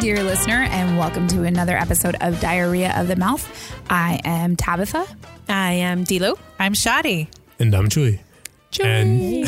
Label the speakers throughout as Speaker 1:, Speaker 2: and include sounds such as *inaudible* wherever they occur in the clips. Speaker 1: dear listener, and welcome to another episode of Diarrhea of the Mouth. I am Tabitha.
Speaker 2: I am Dilo.
Speaker 3: I'm Shadi.
Speaker 4: And I'm Chewy. And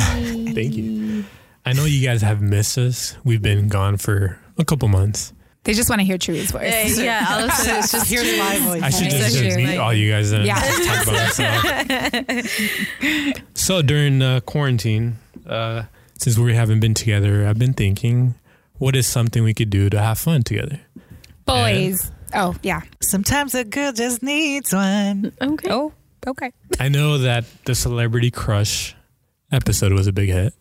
Speaker 4: *laughs* thank you. I know you guys have missed us. We've been gone for a couple months.
Speaker 1: They just want to hear Chewy's voice.
Speaker 5: *laughs*
Speaker 2: yeah, all of a sudden it's just
Speaker 3: *laughs* Here's my voice.
Speaker 4: I should
Speaker 2: Okay.
Speaker 4: just,
Speaker 2: So
Speaker 4: just
Speaker 2: true,
Speaker 4: mute
Speaker 2: like-
Speaker 4: all you guys and
Speaker 1: Yeah.
Speaker 4: just talk about myself. so during uh, quarantine, uh, since we haven't been together, I've been thinking, what is something we could do to have fun together?
Speaker 1: *laughs* Boys. Oh, yeah.
Speaker 3: Sometimes a girl just needs one.
Speaker 2: okay.
Speaker 1: Oh, okay.
Speaker 4: I know that the celebrity crush episode was a big hit.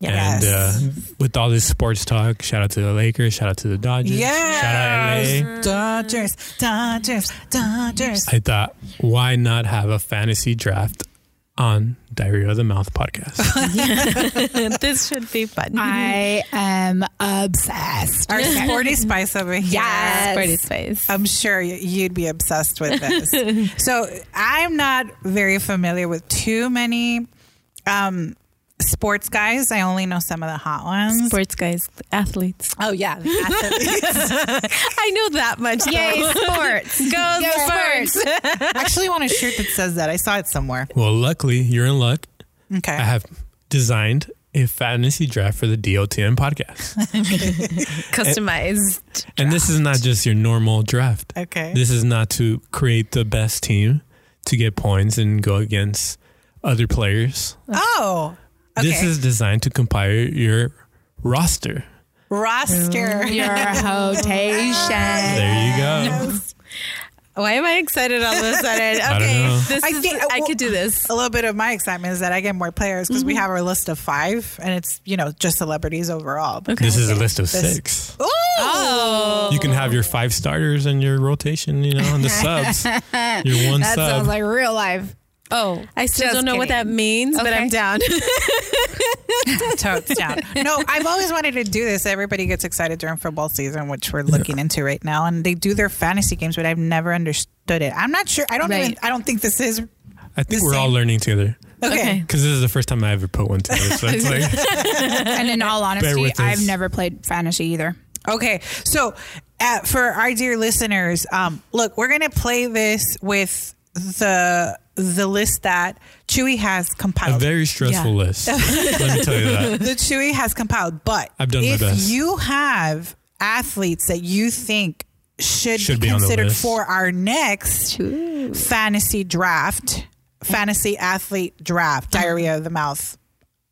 Speaker 4: And uh, with all this sports talk, shout out to the Lakers, shout out to the Dodgers,
Speaker 3: Yes.
Speaker 4: shout out LA.
Speaker 3: Dodgers, Dodgers, Dodgers.
Speaker 4: I thought, why not have a fantasy draft on Diarrhea of the Mouth podcast?
Speaker 5: *laughs*
Speaker 2: this should be fun.
Speaker 1: I am obsessed. *laughs*
Speaker 5: Our *laughs* sporty spice over here.
Speaker 1: Yes.
Speaker 2: Party space.
Speaker 5: I'm sure y- you'd be obsessed with
Speaker 2: *laughs*
Speaker 5: this. so I'm not very familiar with too many um, sports guys. I only know some of the hot ones.
Speaker 2: Sports guys, athletes.
Speaker 5: Oh yeah,
Speaker 2: *laughs* I know that much.
Speaker 1: Yay, sports.
Speaker 2: *laughs* Go
Speaker 1: Go
Speaker 2: sports.
Speaker 1: sports.
Speaker 5: I actually want a shirt that says that. I saw it somewhere.
Speaker 4: well, luckily, you're in luck.
Speaker 5: Okay.
Speaker 4: I have designed a fantasy draft for the DOTM
Speaker 5: *laughs*
Speaker 4: podcast.
Speaker 2: Customized.
Speaker 4: And this is not just your normal draft.
Speaker 5: Okay.
Speaker 4: This is not to create the best team to get points and go against other players.
Speaker 5: oh, okay.
Speaker 4: This is designed to compile your roster.
Speaker 5: roster.
Speaker 1: Your hotation.
Speaker 4: There you go.
Speaker 2: *laughs* Why am I excited all of a
Speaker 4: *laughs*
Speaker 2: sudden? Okay,
Speaker 4: don't know.
Speaker 2: this
Speaker 5: I
Speaker 2: is,
Speaker 5: think-
Speaker 2: I could do this.
Speaker 5: A little bit of my excitement is that I get more players because we have our list of five, and it's you know just celebrities overall. But
Speaker 4: This is a list of
Speaker 5: This-
Speaker 4: six.
Speaker 5: Ooh!
Speaker 4: You can have your five starters and your rotation, you know, and the subs. Your one
Speaker 1: That
Speaker 4: sub.
Speaker 1: sounds like real life.
Speaker 2: Oh, I still
Speaker 1: just
Speaker 2: don't know what that
Speaker 1: kidding.
Speaker 2: means, but I'm
Speaker 1: Okay.
Speaker 2: down.
Speaker 5: totes down. *laughs* No, I've always wanted to do this. Everybody gets excited during football season, which we're looking into right now, and they do their fantasy games, but I've never understood it. I'm not sure. I don't even.
Speaker 1: Right.
Speaker 5: I don't think this is okay.
Speaker 4: I think
Speaker 5: the
Speaker 4: we're all
Speaker 5: same-
Speaker 4: learning together.
Speaker 2: Okay.
Speaker 4: Because this is the first time I ever put one together. So it's like,
Speaker 1: And in all honesty,
Speaker 4: with us.
Speaker 1: I've never played fantasy either.
Speaker 5: Okay, so uh, for our dear listeners, um, look, we're gonna play this with the the list that Chewy has
Speaker 4: a
Speaker 5: compiled.
Speaker 4: very stressful
Speaker 2: Yeah.
Speaker 4: list. Let me tell you that.
Speaker 5: the Chewy has compiled, but
Speaker 4: I've done my
Speaker 5: if
Speaker 4: best.
Speaker 5: you have athletes that you think should,
Speaker 4: Should
Speaker 5: be
Speaker 4: be on the
Speaker 5: considered
Speaker 4: list.
Speaker 5: for our next
Speaker 2: *laughs*
Speaker 5: fantasy draft, fantasy athlete draft,
Speaker 2: Uh-huh.
Speaker 5: diarrhea of the mouth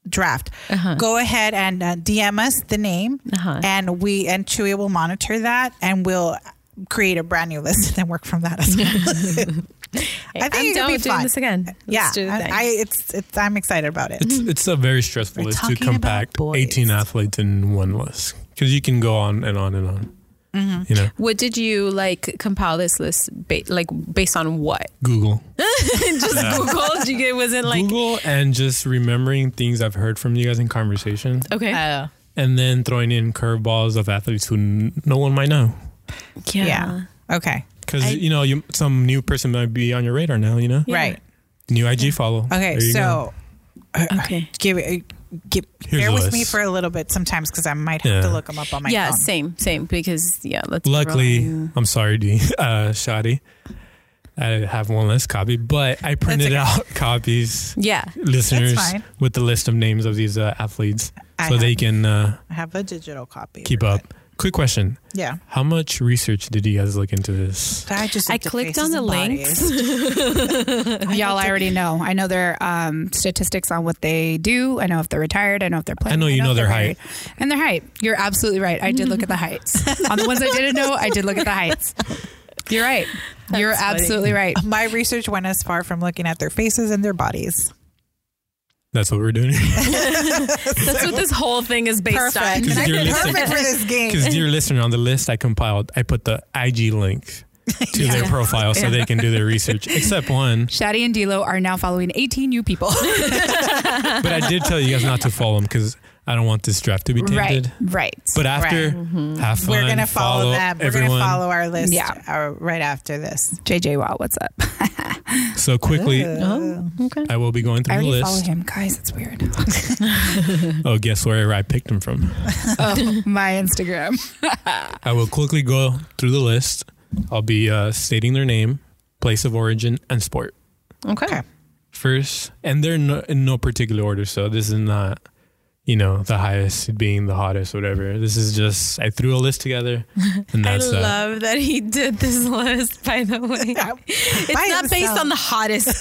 Speaker 5: draft. Go ahead and uh, DM us the name,
Speaker 2: Uh-huh.
Speaker 5: and we and Chewy will monitor that, and we'll create a brand new list *laughs* and then work from that
Speaker 2: *laughs*
Speaker 5: as well. I think
Speaker 2: I'm
Speaker 5: it'll
Speaker 2: down
Speaker 5: be
Speaker 2: with
Speaker 5: fun.
Speaker 2: doing this again. Let's
Speaker 5: yeah,
Speaker 2: do the
Speaker 5: I,
Speaker 2: thing.
Speaker 5: I it's it's I'm excited about it.
Speaker 4: It's, it's a very stressful
Speaker 5: We're
Speaker 4: list to
Speaker 5: talking about
Speaker 4: compact
Speaker 5: boys.
Speaker 4: 18 athletes in one list. Because you can go on and on and on. You know,
Speaker 2: what did you like compile this list ba- like based on what?
Speaker 4: Google.
Speaker 2: *laughs* Just Google. Did you- It wasn't like
Speaker 4: Google and just remembering things I've heard from you guys in conversation.
Speaker 2: okay.
Speaker 4: And then throwing in curveballs of athletes who n- no one might know.
Speaker 2: Mm-hmm.
Speaker 5: yeah. Okay.
Speaker 4: Because,
Speaker 2: I-
Speaker 4: you know, you, some new person might be on your radar now, you know?
Speaker 2: Yeah.
Speaker 5: Right.
Speaker 4: New IG follow.
Speaker 5: Okay.
Speaker 4: There you go.
Speaker 5: So uh,
Speaker 2: Okay.
Speaker 5: give it. uh, Give,
Speaker 4: Here's
Speaker 5: bear
Speaker 4: a
Speaker 5: with
Speaker 4: list.
Speaker 5: me for a little bit sometimes because I might have
Speaker 4: Yeah.
Speaker 5: to look them up on my
Speaker 2: yeah,
Speaker 5: phone.
Speaker 2: same, same. Because yeah, let's
Speaker 4: Luckily,
Speaker 2: rely on-
Speaker 4: I'm sorry, D, *laughs* uh, Shadi. I have one less copy, but I printed
Speaker 5: okay.
Speaker 4: out *laughs* copies,
Speaker 2: yeah,
Speaker 4: listeners,
Speaker 5: fine.
Speaker 4: with the list of names of these uh, athletes,
Speaker 5: I
Speaker 4: so they
Speaker 5: have-
Speaker 4: can uh,
Speaker 5: I have a digital copy.
Speaker 4: keep
Speaker 5: of it.
Speaker 4: up. Quick question:
Speaker 5: Yeah.
Speaker 4: How much research did you guys look into this?
Speaker 5: I just
Speaker 2: I
Speaker 5: looked at
Speaker 2: clicked
Speaker 5: faces
Speaker 2: on the
Speaker 5: and
Speaker 2: links.
Speaker 5: bodies. *laughs*
Speaker 1: Y'all, I already know. I know their um, statistics on what they do. I know if they're retired. I know if they're playing.
Speaker 4: I know you know
Speaker 1: if
Speaker 4: their
Speaker 1: they're
Speaker 4: height.
Speaker 1: married. And their height. You're absolutely right. I did look at the heights. on the ones I didn't know, I did look at the heights. You're right. You're
Speaker 2: That's funny.
Speaker 1: absolutely right.
Speaker 5: My research went as far from looking at their faces and their bodies.
Speaker 4: That's what we're doing.
Speaker 2: that's what this whole thing is based
Speaker 5: Perfect.
Speaker 4: Because
Speaker 5: I
Speaker 4: you're
Speaker 5: did
Speaker 4: listening.
Speaker 5: perfect for this game.
Speaker 4: Because dear listener, on the list I compiled, I put the
Speaker 5: *laughs*
Speaker 4: IG link to their profile so they can do their research.
Speaker 5: *laughs*
Speaker 4: Except one,
Speaker 1: Shadi and Dilo are now following 18 new people.
Speaker 4: but I did tell you guys not to follow them because I don't want this draft to be tainted.
Speaker 1: *laughs* right. Right.
Speaker 4: But after, Mm-hmm. have fun.
Speaker 5: We're gonna follow, them. We're
Speaker 4: everyone.
Speaker 5: gonna follow our list.
Speaker 1: Yeah.
Speaker 5: uh, right after this.
Speaker 1: JJ Wow, what's up?
Speaker 4: So quickly,
Speaker 2: Oh, okay.
Speaker 4: I will be going
Speaker 1: I
Speaker 4: through the
Speaker 1: already follow
Speaker 4: list.
Speaker 1: him, guys. It's weird. *laughs*
Speaker 4: Oh, guess where I picked him from?
Speaker 1: oh, my Instagram.
Speaker 4: I will quickly go through the list. I'll be uh, stating their name, place of origin, and sport
Speaker 2: Okay.
Speaker 5: Okay.
Speaker 4: first, and they're no, in no particular order. So this is not, you know, the highest being the hottest, whatever. This is just I threw a list together, and
Speaker 2: I
Speaker 4: that's uh, that.
Speaker 2: love that he did this *laughs* list, by the way.
Speaker 5: *laughs*
Speaker 2: It's
Speaker 5: By
Speaker 2: not based
Speaker 5: himself.
Speaker 2: on the hottest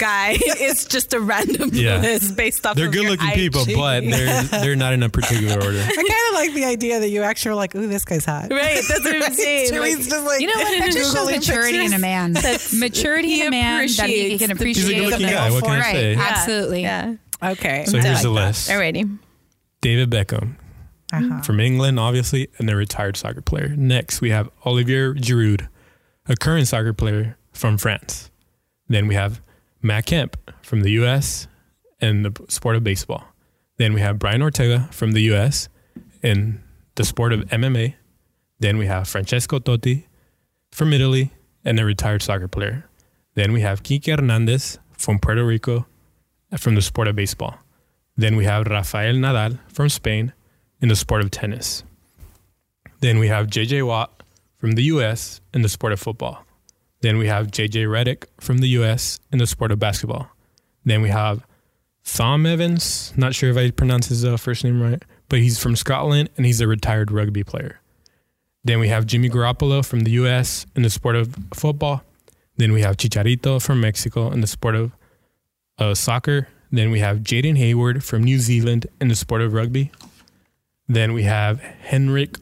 Speaker 5: *laughs*
Speaker 2: guy. it's just a random
Speaker 4: Yeah.
Speaker 2: list based off
Speaker 4: They're
Speaker 2: of
Speaker 4: good
Speaker 2: your
Speaker 4: looking
Speaker 2: IG.
Speaker 4: people, but they're they're not in a particular order.
Speaker 5: I kind of like the idea that you actually were like, ooh, this guy's hot. *laughs*
Speaker 2: *laughs* Right, that's what I'm saying.
Speaker 5: Chewy's
Speaker 2: Like,
Speaker 5: just like,
Speaker 1: You know what? It just shows
Speaker 5: Googling
Speaker 1: maturity in a
Speaker 5: pictures.
Speaker 1: man. maturity in a man that he
Speaker 2: appreciates
Speaker 1: can
Speaker 2: the
Speaker 1: appreciate.
Speaker 4: He's a good looking guy. What can I
Speaker 1: Right.
Speaker 4: say?
Speaker 1: Absolutely.
Speaker 2: yeah.
Speaker 5: Okay.
Speaker 4: So here's the
Speaker 5: like
Speaker 4: list:
Speaker 2: Alrighty.
Speaker 4: David Beckham
Speaker 5: Uh-huh.
Speaker 4: from England, obviously, and a retired soccer player. Next, we have Olivier Giroud, a current soccer player from France. Then we have Matt Kemp from the U.S. and the sport of baseball. Then we have Brian Ortega from the U.S. in the sport of MMA. Then we have Francesco Totti from Italy and a retired soccer player. Then we have Kike Hernandez from Puerto Rico from the sport of baseball. Then we have Rafael Nadal from Spain in the sport of tennis. Then we have JJ Watt from the US in the sport of football. Then we have JJ Reddick from the US in the sport of basketball. Then we have Thom Evans, not sure if I pronounce his uh, first name right, but he's from Scotland and he's a retired rugby player. Then we have Jimmy Garoppolo from the US in the sport of football. Then we have Chicharito from Mexico in the sport of uh, soccer. Then we have Jaden Hayward from New Zealand in the sport of rugby. Then we have Henrik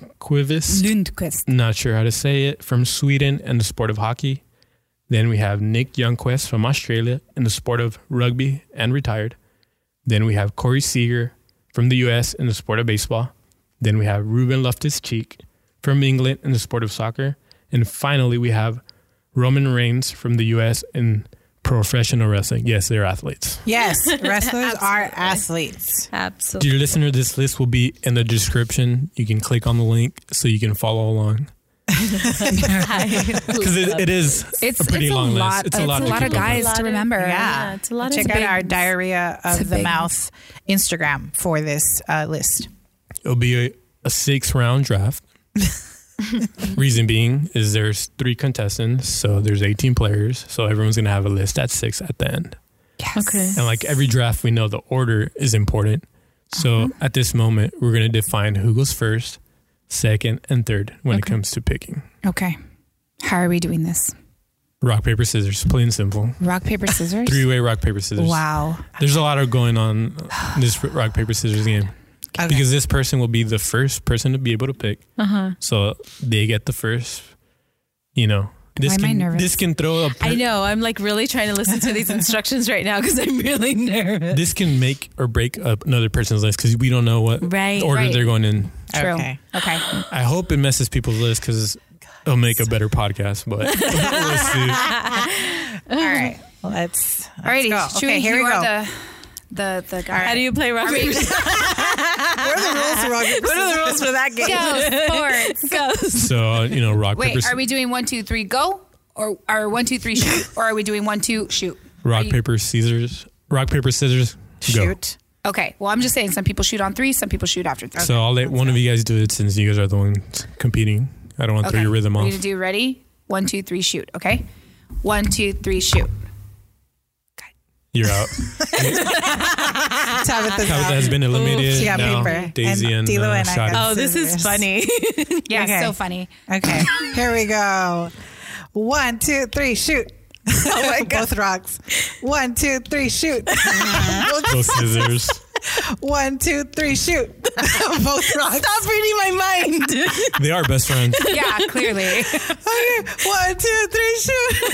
Speaker 4: Lundqvist,
Speaker 1: Lundqvist.
Speaker 4: not sure how to say it, from Sweden in the sport of hockey. Then we have Nick Youngquist from Australia in the sport of rugby and retired. Then we have Corey Seager from the US in the sport of baseball. Then we have Ruben Loftus Cheek from England in the sport of soccer. And finally, we have Roman Reigns from the US in professional wrestling. Yes, they're athletes.
Speaker 5: Yes, wrestlers are athletes.
Speaker 4: *laughs*
Speaker 2: Absolutely.
Speaker 4: Dear listener, this list will be in the description. You can click on the link so you can follow along. Because it, it is
Speaker 1: It's,
Speaker 4: a pretty
Speaker 1: it's
Speaker 4: long
Speaker 1: a
Speaker 4: list.
Speaker 1: lot.
Speaker 4: It's a lot, to keep
Speaker 1: of
Speaker 4: up with.
Speaker 1: guys to remember.
Speaker 5: yeah.
Speaker 2: it's a lot
Speaker 5: Check
Speaker 2: of
Speaker 5: out
Speaker 2: big-
Speaker 5: our Diarrhea
Speaker 1: It's a
Speaker 5: of the
Speaker 1: big-
Speaker 5: Mouth Instagram for this uh, list.
Speaker 4: It'll be a, a six round draft. Reason being is there's three contestants, so there's 18 players, so everyone's gonna have a list at six at the end.
Speaker 2: Okay.
Speaker 4: And like every draft, we know the order is important. So at this moment, we're gonna define who goes first, second, and third when it comes to picking.
Speaker 1: Okay. How are we doing this?
Speaker 4: Rock paper scissors, plain and simple.
Speaker 1: Rock paper scissors.
Speaker 4: Three way rock paper scissors.
Speaker 1: Wow.
Speaker 4: There's a lot of going on in this rock paper scissors game.
Speaker 5: Okay.
Speaker 4: because this person will be the first person to be able to pick.
Speaker 2: Uh-huh.
Speaker 4: So they get the first. You know, this
Speaker 1: Why am I
Speaker 4: can
Speaker 1: nervous?
Speaker 4: this can throw a per-
Speaker 2: I know. I'm like really trying to listen to these instructions right now because I'm really nervous.
Speaker 4: this can make or break up another person's list because we don't know what
Speaker 2: Right.
Speaker 4: order
Speaker 1: right.
Speaker 4: they're going in.
Speaker 1: True.
Speaker 5: Okay.
Speaker 1: *laughs* Okay.
Speaker 4: I hope it messes people's list because it'll make a better
Speaker 1: *laughs*
Speaker 4: podcast. But we'll see.
Speaker 5: All right. Let's. let's
Speaker 1: Alrighty.
Speaker 5: go.
Speaker 1: Chewy,
Speaker 5: Okay, here
Speaker 1: you
Speaker 5: we
Speaker 1: are
Speaker 5: go.
Speaker 1: The, the the guy.
Speaker 2: How do you play rock *laughs* paper scissors?
Speaker 5: *laughs* what are the rules for rock, paper,
Speaker 2: What are the rules for that game?
Speaker 1: *laughs* go sports?
Speaker 2: Goes.
Speaker 4: So uh, you know, rock
Speaker 1: Wait,
Speaker 4: paper
Speaker 1: are we doing one, two, three, go, or are one, two, three, shoot, or are we doing one, two, shoot?
Speaker 4: rock
Speaker 1: you-
Speaker 4: paper scissors rock paper scissors go.
Speaker 5: shoot?
Speaker 1: Okay. Well, I'm just saying, some people shoot on three, some people shoot after three.
Speaker 4: So I'll let one of you guys do it since you guys are the ones competing. I don't want to
Speaker 1: Okay.
Speaker 4: throw your rhythm
Speaker 1: We're
Speaker 4: off.
Speaker 1: gonna do ready. One, two, three, shoot. Okay. One, two, three, shoot.
Speaker 4: You're out.
Speaker 1: *laughs*
Speaker 5: Tabitha's
Speaker 4: Tabitha has been eliminated.
Speaker 5: yeah,
Speaker 4: now
Speaker 5: paper.
Speaker 4: Daisy
Speaker 5: And
Speaker 4: and,
Speaker 5: Dilo
Speaker 4: uh,
Speaker 5: and I
Speaker 4: Shadi.
Speaker 5: got
Speaker 2: Oh, this is
Speaker 5: Scissors.
Speaker 2: funny.
Speaker 1: Yeah,
Speaker 5: Okay.
Speaker 1: so funny.
Speaker 5: Okay, here we go. One, two, three, shoot. *laughs* Oh my God. Both rocks. One, two, three, shoot. *laughs* Both-
Speaker 4: Both
Speaker 5: *laughs*
Speaker 4: scissors.
Speaker 5: One, two, three, shoot. Both rocks.
Speaker 2: Stop reading my mind.
Speaker 4: they are best friends.
Speaker 1: Yeah, *laughs* clearly.
Speaker 5: *laughs* Okay. One, two, three, shoot.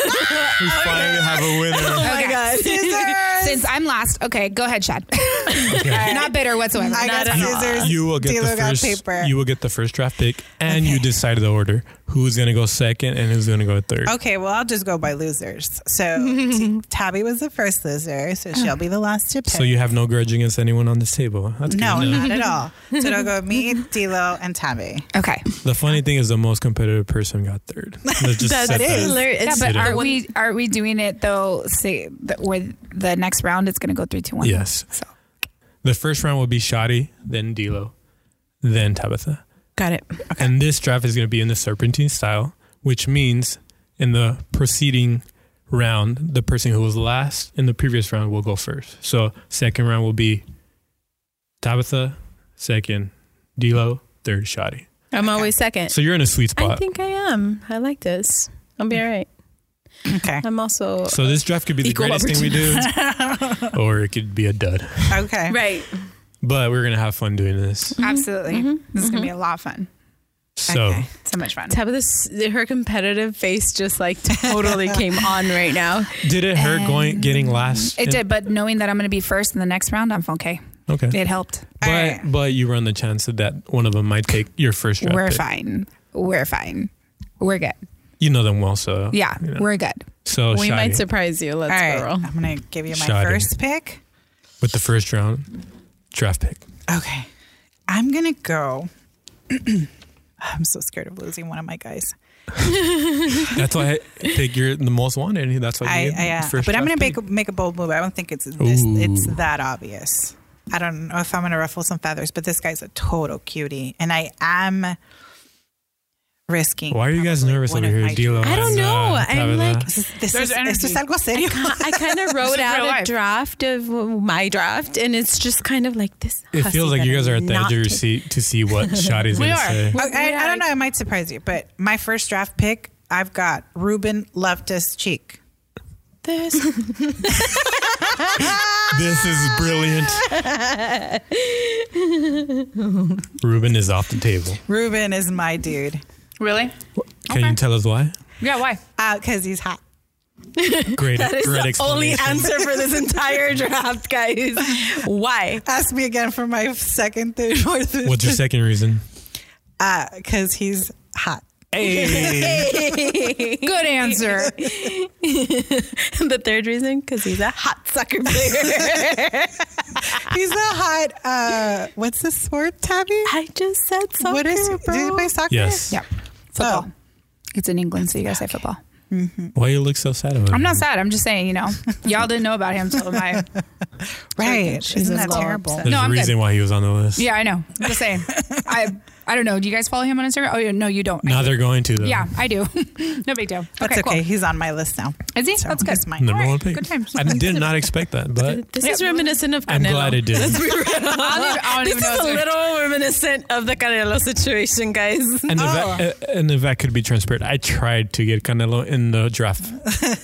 Speaker 4: We finally have
Speaker 5: *laughs*
Speaker 4: a winner.
Speaker 1: okay.
Speaker 2: God.
Speaker 5: Scissors.
Speaker 1: Since I'm last, okay, go ahead, *laughs* Shad.
Speaker 4: Okay.
Speaker 1: Not bitter whatsoever.
Speaker 5: I got scissors.
Speaker 4: You will get
Speaker 5: Dilo
Speaker 4: the
Speaker 5: got
Speaker 4: first.
Speaker 5: paper.
Speaker 4: You will get the first draft pick, and you decide the order: who's going to go second and who's going to go third.
Speaker 5: Okay, well, I'll just go by losers. So *laughs* T- Tabby was the first loser, so she'll be the last to pick.
Speaker 4: So you have no grudge against anyone on this table. That's good
Speaker 5: no,
Speaker 4: to know.
Speaker 5: not at all. So it'll go me, *laughs* Dilo, and Tabby.
Speaker 1: okay.
Speaker 5: *laughs*
Speaker 4: The funny thing is, the most competitive person got third. record. Let's just
Speaker 2: That's
Speaker 4: set that.
Speaker 2: hilarious. *laughs*
Speaker 1: Yeah,
Speaker 2: It's
Speaker 1: but
Speaker 4: It
Speaker 1: are
Speaker 4: is.
Speaker 1: we are we doing it though? Say that with the next round, it's going to go three, two, one.
Speaker 4: Yes.
Speaker 1: So
Speaker 4: The first round will be Shoddy, then D'Lo, then Tabitha.
Speaker 2: Got it.
Speaker 4: And this draft is going to be in the serpentine style, which means in the preceding round, the person who was last in the previous round will go first. So second round will be Tabitha, second D'Lo, third Shoddy.
Speaker 2: I'm always second.
Speaker 4: So you're in a sweet
Speaker 2: I
Speaker 4: spot.
Speaker 2: think I am. I like this. I'll be all right.
Speaker 5: Okay.
Speaker 2: I'm also
Speaker 4: So this draft could be the
Speaker 2: Equal
Speaker 4: greatest thing we do,
Speaker 5: *laughs*
Speaker 4: or it could be a dud.
Speaker 5: Okay.
Speaker 2: right.
Speaker 4: But we're gonna have fun doing this.
Speaker 2: Mm-hmm.
Speaker 1: absolutely, this is going to be a lot of fun.
Speaker 4: So
Speaker 5: Okay.
Speaker 1: So much fun.
Speaker 2: Mm-hmm. Tabitha's her competitive face just *laughs* like totally came on right now.
Speaker 4: did it hurt going getting last?
Speaker 1: It
Speaker 4: in-
Speaker 1: did, but knowing that I'm going to be first in the next round, I'm okay.
Speaker 4: Okay.
Speaker 1: It helped.
Speaker 4: But
Speaker 5: Alright.
Speaker 4: but you run the chance that, that one of them might take your first draft.
Speaker 1: We're
Speaker 4: pick.
Speaker 1: fine. We're fine. We're good.
Speaker 4: You know them well, so
Speaker 1: Yeah,
Speaker 4: you know.
Speaker 1: we're good.
Speaker 4: so
Speaker 2: we might
Speaker 4: Shadi
Speaker 2: surprise you. Let's
Speaker 5: All right.
Speaker 2: go.
Speaker 5: I'm going to give you my
Speaker 4: Shoddy.
Speaker 5: first pick.
Speaker 4: with the first round draft pick.
Speaker 5: Okay. I'm going to go. *clears throat* I'm so scared of losing one of my guys.
Speaker 4: That's *laughs* why I think you're the most wanted. That's why
Speaker 5: I,
Speaker 4: you
Speaker 5: I uh, but I'm going to make a, make a bold move. I don't think it's this,
Speaker 4: Ooh.
Speaker 5: it's that obvious. I don't know if I'm going to ruffle some feathers, but this guy's a total cutie, and I am risking.
Speaker 4: Why are you guys
Speaker 5: probably
Speaker 4: nervous
Speaker 5: one
Speaker 4: over
Speaker 5: of
Speaker 4: here,
Speaker 5: my-
Speaker 4: Dilo?
Speaker 2: I don't
Speaker 4: and,
Speaker 2: know.
Speaker 4: uh,
Speaker 2: I'm
Speaker 4: Tabitha?
Speaker 2: like-
Speaker 5: This, this
Speaker 3: There's
Speaker 5: is esto es
Speaker 3: energy.
Speaker 5: algo serio.
Speaker 2: I kind of wrote
Speaker 1: real
Speaker 2: out a
Speaker 1: life.
Speaker 2: draft of my draft, and it's just kind of like this.
Speaker 4: It
Speaker 2: hussy
Speaker 4: feels like you
Speaker 2: better
Speaker 4: guys are at the
Speaker 2: not
Speaker 4: edge of your
Speaker 2: take-
Speaker 4: seat to see what *laughs* Shadi's
Speaker 2: We
Speaker 4: going to
Speaker 2: are.
Speaker 4: say.
Speaker 2: We're-
Speaker 5: I, I don't know. It might surprise you, but my first draft pick, I've got Ruben Leftist Cheek.
Speaker 2: This
Speaker 4: This is *laughs* brilliant. Ruben is off the table.
Speaker 5: Ruben is my dude
Speaker 1: Really?
Speaker 4: Can you tell us *laughs* why?
Speaker 1: Yeah. Why?
Speaker 5: because Uh, he's hot.
Speaker 4: Great,
Speaker 2: is
Speaker 4: great
Speaker 2: the only
Speaker 4: explanation.
Speaker 2: answer for this entire draft, guys. Why?
Speaker 5: Ask me again for my second, third,
Speaker 4: *laughs*
Speaker 5: fourth.
Speaker 4: What's your second reason?
Speaker 5: Because he's hot.
Speaker 4: Hey,
Speaker 1: Good answer.
Speaker 2: the third reason, because he's a hot sucker
Speaker 4: *laughs*
Speaker 2: player.
Speaker 5: He's a hot. Uh, what's the sport, Tabby?
Speaker 2: I just said soccer,
Speaker 5: what is?
Speaker 2: bro.
Speaker 5: Did you play soccer?
Speaker 4: yes.
Speaker 1: yeah. Football.
Speaker 5: Oh,
Speaker 1: It's in England, so you guys say football.
Speaker 4: Why you look so sad? About
Speaker 1: I'm
Speaker 4: it?
Speaker 1: not sad. I'm just saying, you know, y'all didn't know about him until I.
Speaker 5: right.
Speaker 1: She's
Speaker 5: Isn't
Speaker 1: a
Speaker 5: that
Speaker 1: little
Speaker 5: terrible?
Speaker 1: upset.
Speaker 4: There's
Speaker 1: No,
Speaker 4: a
Speaker 1: I'm good.
Speaker 4: reason why he was on the list.
Speaker 1: Yeah, I know. I'm just saying. I I don't know. Do you guys follow him on Instagram? Oh yeah, no, you don't.
Speaker 4: Now they're going to though.
Speaker 1: yeah, I do. *laughs* no big deal.
Speaker 5: That's okay. He's on my list now.
Speaker 1: Cool. Is he?
Speaker 5: So
Speaker 1: That's good.
Speaker 5: that's mine.
Speaker 4: Number
Speaker 1: All right,
Speaker 4: one pick.
Speaker 1: good times.
Speaker 4: I did not expect that, but
Speaker 2: This is reminiscent of
Speaker 4: I'm
Speaker 2: Canelo.
Speaker 4: glad
Speaker 2: *laughs*
Speaker 4: it did.
Speaker 1: *laughs* I don't even, I don't
Speaker 2: This
Speaker 1: even know.
Speaker 2: is a
Speaker 1: what's-
Speaker 2: little reminiscent of the Canelo situation, guys.
Speaker 4: And if,
Speaker 1: *laughs* Oh.
Speaker 4: that, and if that could be transparent, I tried to get Canelo in the draft,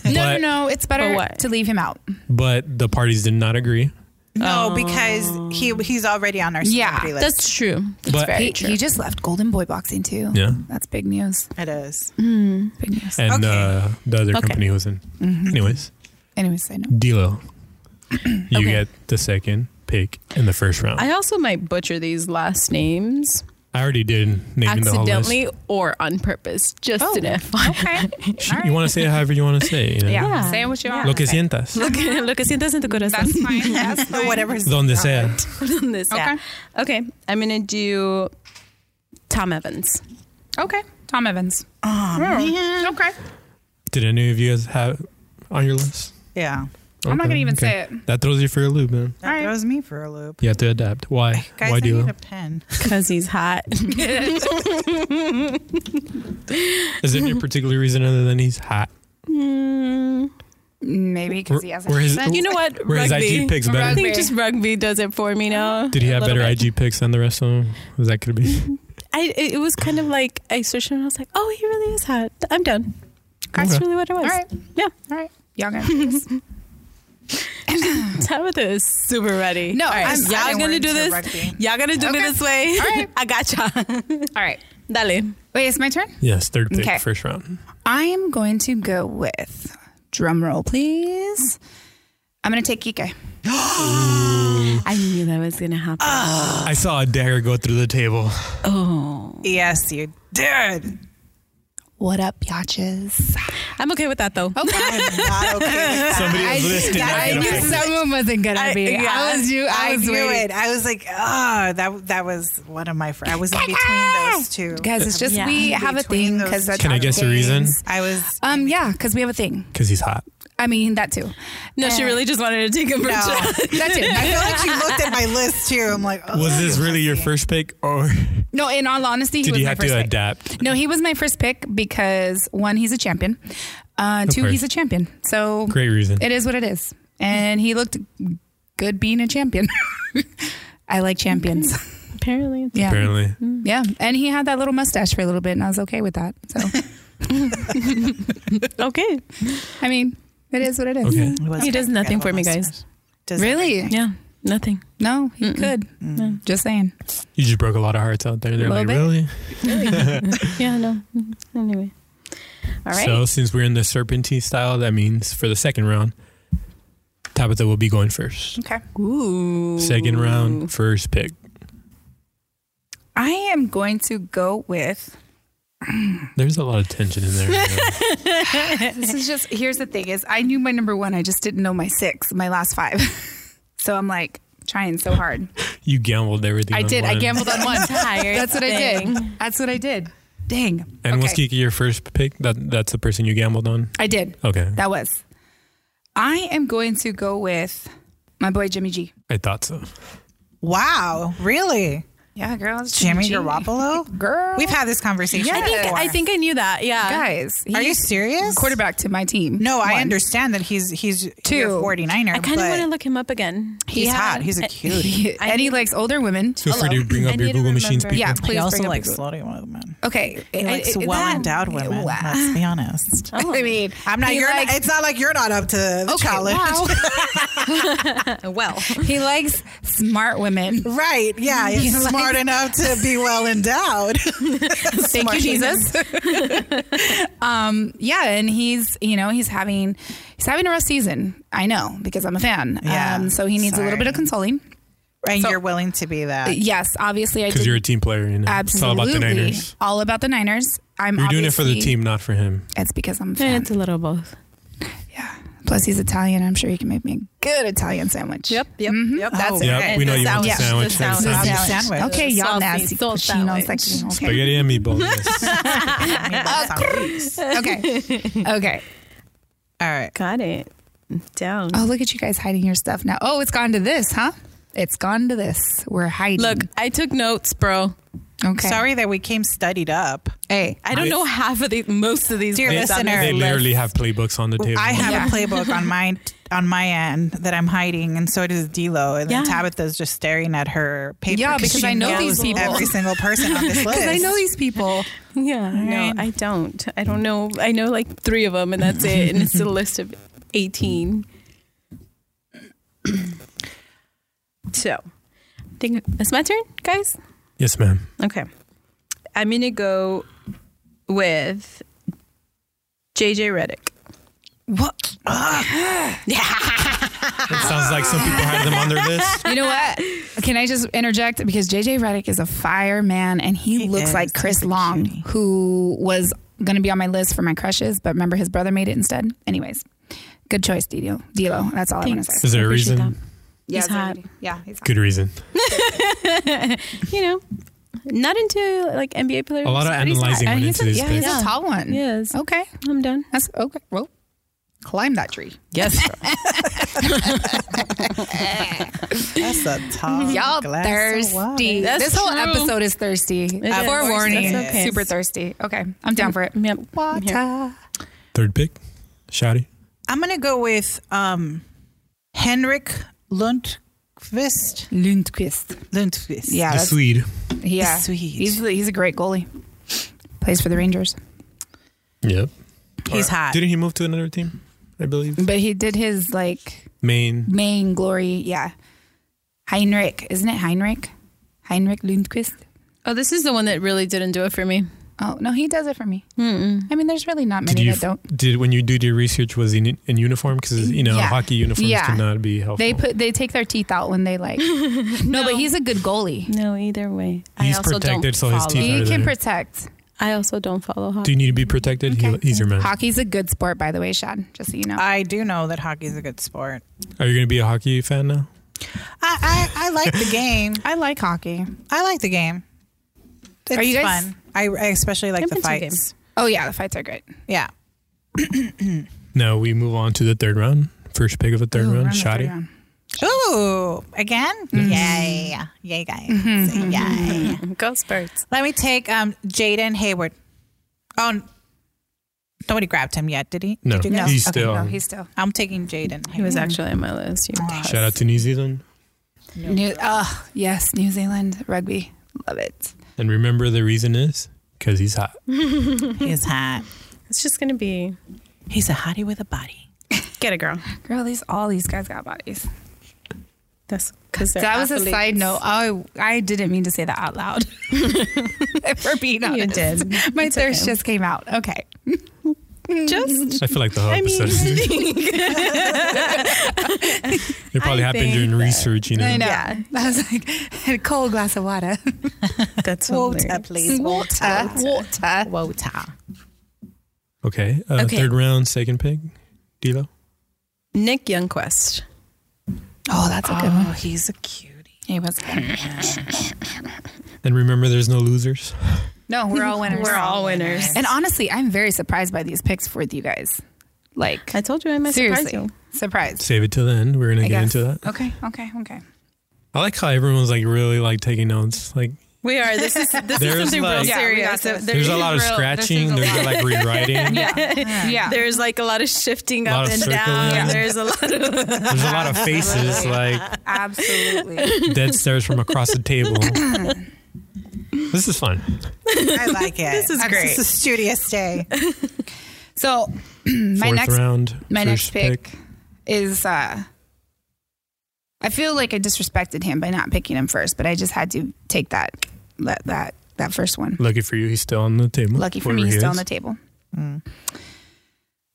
Speaker 1: No, no,
Speaker 4: But-
Speaker 1: no. It's
Speaker 2: But
Speaker 1: better
Speaker 2: what?
Speaker 1: to leave him out.
Speaker 4: but the parties did not agree. Oh.
Speaker 5: No, because he he's already on our
Speaker 1: Yeah,
Speaker 5: celebrity list.
Speaker 2: That's true. That's
Speaker 4: But-
Speaker 2: very
Speaker 1: He,
Speaker 2: true.
Speaker 1: he just left Golden Boy Boxing too.
Speaker 4: Yeah.
Speaker 1: that's big news.
Speaker 5: It is.
Speaker 1: Big news.
Speaker 4: And uh, the other
Speaker 2: Okay.
Speaker 4: company he was in.
Speaker 1: Mm-hmm.
Speaker 4: Anyways,
Speaker 1: Anyways, I know. *clears throat*
Speaker 4: D'Lo, you
Speaker 2: Okay.
Speaker 4: get the second pick in the first round. I,
Speaker 2: I also might butcher these last names
Speaker 4: already did naming the whole list.
Speaker 2: accidentally or on purpose, just
Speaker 1: Oh,
Speaker 2: an FYI.
Speaker 1: Okay.
Speaker 4: Sh- You want to say it however you want to say. it, You
Speaker 1: *laughs*
Speaker 4: know?
Speaker 1: Yeah. *laughs*
Speaker 2: Yeah.
Speaker 1: Say what you want.
Speaker 4: Lo que sientas,
Speaker 2: Lo que- lo que sientas en tu corazón.
Speaker 1: That's
Speaker 2: *laughs*
Speaker 1: fine. That's fine.
Speaker 5: Whatever's
Speaker 4: donde sea.
Speaker 2: On this, yeah. Okay. I'm going to do Tom Evans.
Speaker 1: Okay. Tom Evans.
Speaker 2: Mm.
Speaker 1: Okay.
Speaker 4: Did any of you guys have on your list?
Speaker 5: Yeah.
Speaker 1: I'm not
Speaker 4: Okay,
Speaker 1: gonna even
Speaker 4: okay.
Speaker 1: say it.
Speaker 4: That throws you for a loop, man.
Speaker 5: That
Speaker 1: right.
Speaker 5: throws me for a loop.
Speaker 4: You have to adapt. Why?
Speaker 5: Guys,
Speaker 4: Why
Speaker 5: I
Speaker 4: D'Lo?
Speaker 5: need a pen.
Speaker 2: Because he's hot. *laughs*
Speaker 4: Is there
Speaker 1: *laughs*
Speaker 4: any particular reason other than he's hot?
Speaker 2: Mm,
Speaker 1: Maybe because he has a
Speaker 4: Where his-
Speaker 1: accent.
Speaker 2: you know what?
Speaker 4: Were his IG picks better?
Speaker 2: I
Speaker 1: Rugby.
Speaker 2: think just rugby does it for me now.
Speaker 4: Did he
Speaker 2: a
Speaker 4: have
Speaker 2: little
Speaker 4: better
Speaker 2: bit.
Speaker 4: IG picks than the rest of them? Was that could be?
Speaker 1: *laughs*
Speaker 2: I it, it was kind of like I searched him and I was like, oh, he really is hot. I'm done. That's
Speaker 4: Okay.
Speaker 2: really what it was.
Speaker 1: All right.
Speaker 2: Yeah.
Speaker 1: All right. Y'all
Speaker 2: *laughs*
Speaker 1: gonna do this.
Speaker 2: Tabitha is super ready.
Speaker 1: No,
Speaker 2: All right.
Speaker 1: I'm- I didn't
Speaker 2: y'all gonna
Speaker 1: work
Speaker 2: do
Speaker 5: into
Speaker 2: this.
Speaker 5: rugby.
Speaker 2: Y'all gonna do
Speaker 1: Okay.
Speaker 2: me this way.
Speaker 1: All right.
Speaker 2: *laughs* I gotcha.
Speaker 1: All right.
Speaker 2: Dale.
Speaker 1: Wait, it's my turn.
Speaker 4: Yes, third pick,
Speaker 1: Okay.
Speaker 4: first round.
Speaker 1: I am going to go with drum roll, please. I'm gonna take Kike.
Speaker 2: I knew that was gonna happen.
Speaker 4: I saw a dagger go through the table.
Speaker 2: oh.
Speaker 5: Yes, you did.
Speaker 1: What up, yatches?
Speaker 2: I'm okay with that though.
Speaker 5: I'm not okay with *laughs* that.
Speaker 4: Somebody was listening.
Speaker 1: I
Speaker 4: might
Speaker 1: knew
Speaker 4: get offended.
Speaker 1: someone wasn't gonna
Speaker 5: I,
Speaker 1: be.
Speaker 5: yeah,
Speaker 1: I was you. I, was
Speaker 5: knew
Speaker 1: waiting.
Speaker 5: it. I was like, oh, that that was one of my friends. I was in between those two.
Speaker 1: Guys, it's just
Speaker 2: Yeah.
Speaker 1: we have a
Speaker 5: Between
Speaker 1: thing
Speaker 5: those
Speaker 1: because that's
Speaker 4: Can I
Speaker 1: our
Speaker 4: guess the reason?
Speaker 1: things.
Speaker 5: I was
Speaker 1: Um, yeah, because we have a thing.
Speaker 4: Because he's hot.
Speaker 1: I mean that too.
Speaker 2: No, she really just wanted to take a
Speaker 5: no.
Speaker 2: break.
Speaker 1: That's
Speaker 4: *laughs*
Speaker 5: I
Speaker 1: it.
Speaker 5: feel like you looked at my list too. I'm like, oh,
Speaker 4: Was this really your first pick, or
Speaker 1: No, in all honesty, he
Speaker 4: did
Speaker 1: was
Speaker 4: you
Speaker 1: my
Speaker 4: have
Speaker 1: first
Speaker 4: to
Speaker 1: pick.
Speaker 4: adapt?
Speaker 1: No, he was my first pick because one, he's a champion. Uh, two,
Speaker 4: course.
Speaker 1: he's a champion. So
Speaker 4: Great reason.
Speaker 1: it is what it is, and he looked good being a champion. *laughs* I like champions. *laughs*
Speaker 2: Apparently, it's
Speaker 1: Yeah,
Speaker 4: Apparently,
Speaker 1: yeah, and he had that little mustache for a little bit, and I was okay with that. So
Speaker 2: okay.
Speaker 1: I mean, it is what it is.
Speaker 4: okay.
Speaker 5: was
Speaker 2: He does
Speaker 5: my
Speaker 2: nothing for me,
Speaker 5: grandma's
Speaker 2: guys.
Speaker 5: mustache. Does
Speaker 1: Really?
Speaker 2: Yeah, nothing.
Speaker 1: No, he
Speaker 2: Mm-mm.
Speaker 1: could. Just saying.
Speaker 4: You just broke a lot of hearts out there. They're
Speaker 1: Little
Speaker 4: like,
Speaker 1: bit.
Speaker 4: really?
Speaker 2: Yeah, no. Anyway, all right.
Speaker 4: So since we're in the serpentine style, that means for the second round, Tabitha will be going first.
Speaker 1: Okay.
Speaker 2: Ooh.
Speaker 4: Second round, first pick.
Speaker 1: I am going to go with.
Speaker 4: There's a lot of tension in there.
Speaker 1: *laughs* This is just. Here's the thing: is I knew my number one, I just didn't know my six, my last five. *laughs* so I'm like trying so hard.
Speaker 4: you gambled everything.
Speaker 1: I
Speaker 4: on
Speaker 1: did. I
Speaker 4: one.
Speaker 1: gambled on *laughs* one.
Speaker 2: Tired.
Speaker 1: That's what I did. That's what I did. Dang.
Speaker 4: And was
Speaker 1: okay.
Speaker 4: Kiki your first pick? That that's the person you gambled on.
Speaker 1: I did.
Speaker 4: Okay,
Speaker 1: That was. I am going to go with my boy Jimmy G.
Speaker 4: I thought so.
Speaker 5: Wow, really?
Speaker 1: Yeah, girl. it's
Speaker 5: Jimmy
Speaker 1: G.
Speaker 5: Garoppolo?
Speaker 1: Girl.
Speaker 5: We've had this conversation.
Speaker 1: I think-
Speaker 5: before.
Speaker 2: I think I knew that. Yeah.
Speaker 1: guys.
Speaker 5: Are you
Speaker 1: he's
Speaker 5: serious?
Speaker 1: quarterback to my team?
Speaker 5: No, I
Speaker 1: One.
Speaker 5: understand that he's he's
Speaker 1: Two.
Speaker 5: You're a 49er.
Speaker 2: I kind of
Speaker 5: but
Speaker 2: want to look him up again.
Speaker 5: He's
Speaker 1: Yeah.
Speaker 5: hot. He's
Speaker 1: *laughs*
Speaker 5: a cutie.
Speaker 1: He- and he likes older women.
Speaker 4: Feel free to bring
Speaker 2: I
Speaker 4: up your
Speaker 2: need to
Speaker 4: Google machines.
Speaker 2: remember.
Speaker 4: People.
Speaker 1: Yeah, please.
Speaker 5: he also
Speaker 1: bring up
Speaker 5: likes
Speaker 1: Google.
Speaker 5: slutty women.
Speaker 1: Okay, eh,
Speaker 5: He likes well endowed
Speaker 1: *laughs*
Speaker 5: women. Let's be honest.
Speaker 1: I mean,
Speaker 5: I'm not.
Speaker 1: Oh, He
Speaker 5: You're
Speaker 1: likes,
Speaker 5: not, it's not like you're not up to the challenge,
Speaker 2: well,
Speaker 1: *laughs* he likes smart women.
Speaker 5: *laughs* right? Yeah,
Speaker 1: *laughs* He
Speaker 5: he's
Speaker 1: likes-
Speaker 5: smart enough to be
Speaker 1: *laughs*
Speaker 5: well endowed.
Speaker 1: Thank you, Jesus. *laughs* um, yeah, and he's you know he's having he's having a rough season. I know because I'm a fan.
Speaker 5: Yeah,
Speaker 1: Um, so he needs a little bit of
Speaker 5: sorry.
Speaker 1: consoling.
Speaker 5: and
Speaker 1: So-
Speaker 5: you're willing to be that.
Speaker 1: *laughs* Yes, obviously I
Speaker 4: Because
Speaker 1: did.
Speaker 4: you're a team player, you know.
Speaker 1: absolutely
Speaker 4: It's all about the Niners.
Speaker 1: all about the Niners. I'm
Speaker 4: You're doing it for the
Speaker 1: obviously-
Speaker 4: team, not for him.
Speaker 1: It's because I'm a fan.
Speaker 2: it's a little both.
Speaker 1: Plus he's Italian. I'm sure he can make me a good Italian sandwich. Mm-hmm.
Speaker 2: Yep. Mm-hmm. Yep.
Speaker 1: That's
Speaker 5: Oh,
Speaker 1: it.
Speaker 4: Yeah, we know you want the
Speaker 1: Yeah.
Speaker 4: sandwich. for
Speaker 2: The
Speaker 4: the
Speaker 2: sandwich.
Speaker 4: sandwich.
Speaker 5: Sandwich. Sandwich.
Speaker 1: Okay, y'all
Speaker 2: Saucy,
Speaker 1: nasty
Speaker 2: soul
Speaker 1: cappuccinos. Like, okay.
Speaker 4: Spaghetti and
Speaker 2: *laughs*
Speaker 4: meatballs. yes.
Speaker 5: I mean, that
Speaker 1: *laughs*
Speaker 5: sounds-
Speaker 1: okay.
Speaker 4: *laughs*
Speaker 1: Okay.
Speaker 5: All right.
Speaker 2: Got it. Down.
Speaker 1: Oh, look at you guys hiding your stuff now. Oh, it's gone to this, huh? It's gone to this. We're hiding.
Speaker 2: Look, I took notes, bro.
Speaker 1: Okay.
Speaker 5: Sorry that we came studied up.
Speaker 1: Hey.
Speaker 2: I don't
Speaker 4: I-
Speaker 2: know half of these, most of these.
Speaker 5: Dear
Speaker 2: things on
Speaker 5: listener.
Speaker 4: They
Speaker 2: this
Speaker 4: literally
Speaker 2: list.
Speaker 4: have playbooks on the table.
Speaker 5: I have
Speaker 1: Yeah.
Speaker 5: a playbook on
Speaker 1: *laughs*
Speaker 5: my on my end that I'm hiding, and so does D'Lo. And then
Speaker 2: Yeah.
Speaker 5: Tabitha's just staring at her paper.
Speaker 1: Yeah,
Speaker 5: 'cause
Speaker 1: because
Speaker 5: she
Speaker 1: I know
Speaker 5: knows
Speaker 1: these people.
Speaker 5: Every single person
Speaker 1: *laughs*
Speaker 5: on this list.
Speaker 1: Because I know these people.
Speaker 2: Yeah.
Speaker 5: right.
Speaker 2: No, I don't. I don't know. I know like three of them, and that's it. And it's
Speaker 1: *laughs*
Speaker 2: a list of eighteen. *clears throat* so, I think it's my turn, guys.
Speaker 4: yes, ma'am.
Speaker 2: Okay. I'm going to go with JJ Reddick.
Speaker 1: What? *gasps*
Speaker 4: It sounds like some people had them on their list.
Speaker 1: *laughs* You know what? Can I just interject? Because JJ Reddick is a fireman and he,
Speaker 5: He
Speaker 1: looks
Speaker 5: is.
Speaker 1: like Chris Long, who was going to be on my list for my crushes, but remember his brother made it instead? Anyways, good choice, Dilo. Dilo. That's all I want to
Speaker 2: Thanks.
Speaker 1: say.
Speaker 4: Is there a
Speaker 2: Appreciate
Speaker 4: reason?
Speaker 1: Yeah,
Speaker 2: He's
Speaker 1: it's
Speaker 2: hot.
Speaker 1: already- Yeah, he's hot.
Speaker 4: Good reason.
Speaker 2: You know, not into like NBA players.
Speaker 4: A lot of
Speaker 2: but he's
Speaker 4: analyzing
Speaker 2: hot.
Speaker 4: went
Speaker 1: And he's
Speaker 4: into
Speaker 1: a,
Speaker 4: these
Speaker 1: yeah, he's
Speaker 4: picks.
Speaker 1: a tall one.
Speaker 2: He is.
Speaker 1: Okay.
Speaker 2: I'm done.
Speaker 1: That's okay. Well, climb that tree. *laughs*
Speaker 2: Yes.
Speaker 5: That's a tall
Speaker 1: Y'all
Speaker 5: glass of wine.
Speaker 1: thirsty.
Speaker 2: That's
Speaker 1: This whole
Speaker 2: true.
Speaker 1: episode is thirsty.
Speaker 2: is.
Speaker 1: Forewarning.
Speaker 2: That's okay.
Speaker 1: Super thirsty. Okay. I'm down for it.
Speaker 2: yep.
Speaker 1: Water.
Speaker 4: Third pick, Shotty.
Speaker 5: I'm gonna go with um, Henrik Lundqvist.
Speaker 1: Lundqvist.
Speaker 5: Lundqvist.
Speaker 1: Yeah.
Speaker 4: the
Speaker 1: that's-
Speaker 4: Swede.
Speaker 1: Yeah.
Speaker 5: Sweet.
Speaker 1: He's, he's a great goalie. Plays for the Rangers.
Speaker 4: Yep.
Speaker 5: he's hot.
Speaker 4: Didn't he move to another team? I believe
Speaker 1: But he did his like
Speaker 4: Maine.
Speaker 1: main glory. Yeah. Heinrich. Isn't it Heinrich? Heinrich Lundqvist?
Speaker 2: Oh, this is the one that really didn't do it for me.
Speaker 1: Oh, no, he does it for me. I mean, there's really not
Speaker 4: Did
Speaker 1: many
Speaker 4: you
Speaker 1: that don't.
Speaker 4: did when you did your research? Was he in, in uniform? Because you know
Speaker 1: Yeah.
Speaker 4: hockey uniforms
Speaker 1: Yeah.
Speaker 4: cannot be helpful.
Speaker 1: They put they take their teeth out when they
Speaker 2: *laughs*
Speaker 1: like. no, but he's a good goalie.
Speaker 2: No, either way.
Speaker 4: He's protected, so his
Speaker 2: follow.
Speaker 4: teeth
Speaker 1: He
Speaker 4: are
Speaker 1: can
Speaker 4: there.
Speaker 1: protect.
Speaker 2: I also don't follow hockey.
Speaker 4: Do you need to be protected? He- he's your man.
Speaker 1: Hockey's a good sport, by the way, Shad. Just so you know.
Speaker 5: I do know that hockey's a good sport.
Speaker 4: Are you going to be a hockey fan now?
Speaker 5: I, I, I like the game.
Speaker 1: I like hockey.
Speaker 5: I like the game. It's
Speaker 1: Are you guys-
Speaker 5: fun. I, I especially like
Speaker 2: I've
Speaker 5: the
Speaker 2: been to a
Speaker 5: fights.
Speaker 1: Oh yeah, the fights are great.
Speaker 5: Yeah.
Speaker 4: No, we move on to the third round. First pick of the third
Speaker 1: Ooh, we're on
Speaker 4: round,
Speaker 1: the third
Speaker 4: Shoddy.
Speaker 1: round.
Speaker 5: Ooh, again? Yay. Yay, guys. Yay.
Speaker 2: *laughs* Go Spurs.
Speaker 5: Let me take um, Jaden Hayward. Oh, n- nobody grabbed him yet, did he?
Speaker 4: No,
Speaker 5: Did you guys?
Speaker 4: he's
Speaker 5: Okay.
Speaker 4: still.
Speaker 1: No, he's still
Speaker 5: I'm taking Jaden.
Speaker 2: He was actually on my list. You
Speaker 4: Shout out to New Zealand.
Speaker 1: New. Oh yes, New Zealand rugby. Love it.
Speaker 4: And remember the reason is because he's hot.
Speaker 5: He's hot.
Speaker 2: It's just gonna be
Speaker 5: He's a hottie with a body.
Speaker 2: get a girl.
Speaker 1: Girl, these all these guys got bodies.
Speaker 2: That's because
Speaker 1: that was a side note. I I didn't mean to say that out *laughs* loud. if we're being
Speaker 2: You
Speaker 1: honest,
Speaker 2: *laughs* did.
Speaker 1: my
Speaker 2: It's
Speaker 1: thirst
Speaker 2: okay.
Speaker 1: just came out. *laughs* Okay,
Speaker 2: Just
Speaker 4: I feel like the whole
Speaker 2: I mean,
Speaker 4: episode is- *laughs* it probably
Speaker 2: I
Speaker 4: happened during
Speaker 2: think that-
Speaker 4: research, you know.
Speaker 1: I know.
Speaker 2: Yeah.
Speaker 1: *laughs* I was like a cold glass of water.
Speaker 2: that's
Speaker 5: Water,
Speaker 2: hilarious.
Speaker 1: *laughs*
Speaker 5: please.
Speaker 1: Water, water.
Speaker 5: Water.
Speaker 4: Okay. Uh,
Speaker 2: Okay.
Speaker 4: Third round, second pick, D'Lo.
Speaker 2: Nick Youngquest.
Speaker 1: Oh, that's a good one.
Speaker 5: Oh, he's a cutie.
Speaker 1: He was good.
Speaker 4: And remember, there's no losers.
Speaker 1: No, we're all winners.
Speaker 2: We're all winners.
Speaker 1: And honestly, I'm very surprised by these picks for you guys. Like
Speaker 2: I told you I might surprise
Speaker 1: seriously,
Speaker 2: you.
Speaker 1: surprised.
Speaker 4: Save it till the end. We're gonna
Speaker 1: I
Speaker 4: get
Speaker 1: guess.
Speaker 4: into that.
Speaker 1: Okay, okay,
Speaker 2: *laughs*
Speaker 1: okay.
Speaker 4: I like how everyone's like really like taking notes. Like
Speaker 2: We are. This is this
Speaker 4: There's
Speaker 2: is something real
Speaker 4: like-
Speaker 1: Yeah, we got
Speaker 2: serious.
Speaker 1: this.
Speaker 4: there's, a
Speaker 2: *laughs*
Speaker 4: lot of
Speaker 2: real-
Speaker 4: scratching. There's like
Speaker 1: *laughs*
Speaker 4: rewriting. *laughs*
Speaker 1: Yeah.
Speaker 2: *laughs* There's like a lot of shifting
Speaker 4: A lot
Speaker 2: up
Speaker 4: of
Speaker 2: and
Speaker 4: circling.
Speaker 2: down.
Speaker 4: Yeah.
Speaker 2: There's a lot of
Speaker 4: There's a lot of faces. Like
Speaker 1: Absolutely.
Speaker 4: dead stares from across the table. this is fun.
Speaker 5: I like it. this
Speaker 2: is
Speaker 5: I'm-
Speaker 2: great.
Speaker 5: This is studious day.
Speaker 1: So *clears throat* Mm, my
Speaker 4: Fourth
Speaker 1: next
Speaker 4: round.
Speaker 1: my next
Speaker 4: first
Speaker 1: pick, is uh I feel like I disrespected him by not picking him first, but I just had to take that that that, that first one.
Speaker 4: Lucky for you, he's still on the table.
Speaker 1: Lucky for me,
Speaker 4: Whoever
Speaker 1: he's
Speaker 4: Mm-hmm. he
Speaker 1: still on
Speaker 4: is.
Speaker 1: the table.
Speaker 5: Mm.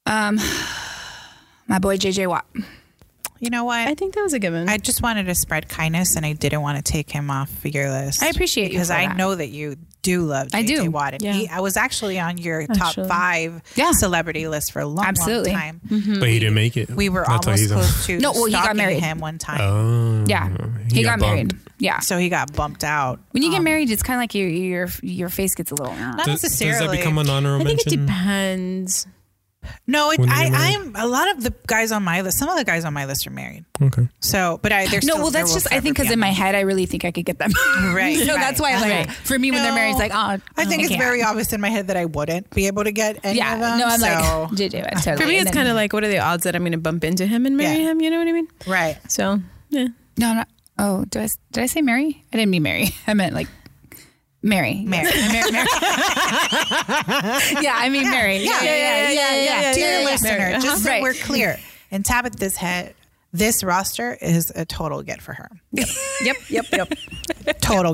Speaker 1: Um, *sighs* my boy JJ Watt.
Speaker 5: You know what?
Speaker 2: *laughs* I think that was a given.
Speaker 5: I just wanted to spread kindness, and I didn't want to take him off your list.
Speaker 1: I appreciate you
Speaker 5: because
Speaker 1: for
Speaker 5: I
Speaker 1: that.
Speaker 5: know that you do love. JJ
Speaker 1: I do.
Speaker 5: Watt, and
Speaker 2: Yeah.
Speaker 5: he, I was actually on your top
Speaker 2: Actually.
Speaker 5: five
Speaker 1: Yeah.
Speaker 5: celebrity list for a long,
Speaker 1: Absolutely. Mm-hmm.
Speaker 5: long time.
Speaker 4: But he didn't make it.
Speaker 5: We were
Speaker 4: That's why
Speaker 5: almost
Speaker 4: he's on- *laughs*
Speaker 5: close to
Speaker 1: No, well, he got
Speaker 5: stalking
Speaker 1: married.
Speaker 5: him one time,
Speaker 4: Oh,
Speaker 1: Yeah, he, got, married.
Speaker 4: bumped.
Speaker 1: Yeah.
Speaker 5: so he got bumped out.
Speaker 1: When you get married, it's kind of like your your your face gets a little. uh,
Speaker 5: Not
Speaker 4: Does, does that
Speaker 5: necessarily.
Speaker 4: become an honorable
Speaker 2: I think it
Speaker 4: mention?
Speaker 2: depends.
Speaker 5: no, it,
Speaker 4: when they
Speaker 5: I,
Speaker 4: get married?
Speaker 5: I'm a lot of the guys on my list. Some of the guys on my list are married.
Speaker 4: Okay.
Speaker 5: So, but I there's
Speaker 1: No, well, that's just I think because in my head I really think I could get them.
Speaker 5: *laughs* Right,
Speaker 1: so that's why like
Speaker 5: right.
Speaker 1: for me when they're married, it's like oh,
Speaker 5: I think it's
Speaker 1: can't.
Speaker 5: very obvious in my head that I wouldn't be able to get any
Speaker 1: Yeah.
Speaker 5: of them.
Speaker 1: no, I'm
Speaker 5: so-
Speaker 1: *laughs* like JJ Watt. Totally.
Speaker 2: For me,
Speaker 1: And
Speaker 2: it's
Speaker 1: then-
Speaker 2: kind of like, what are the odds that I'm going to bump into him and marry
Speaker 5: Yeah.
Speaker 2: him? You know what I mean?
Speaker 5: right.
Speaker 2: So, yeah.
Speaker 1: no, I'm not. Oh, did I s- did I say Mary? I didn't mean Mary. *laughs* I meant like. Mary. *laughs*
Speaker 5: Mary.
Speaker 1: Mary,
Speaker 5: *laughs*
Speaker 1: Mary. yeah, I mean Mary. Yeah, yeah, yeah, yeah, yeah. yeah,
Speaker 5: Dear
Speaker 1: yeah, yeah.
Speaker 5: listener, just so
Speaker 1: Right.
Speaker 5: we're clear, in Tabitha's head, this roster is a total get for her.
Speaker 1: Yep, yep,
Speaker 5: *laughs*
Speaker 1: yep.
Speaker 5: Total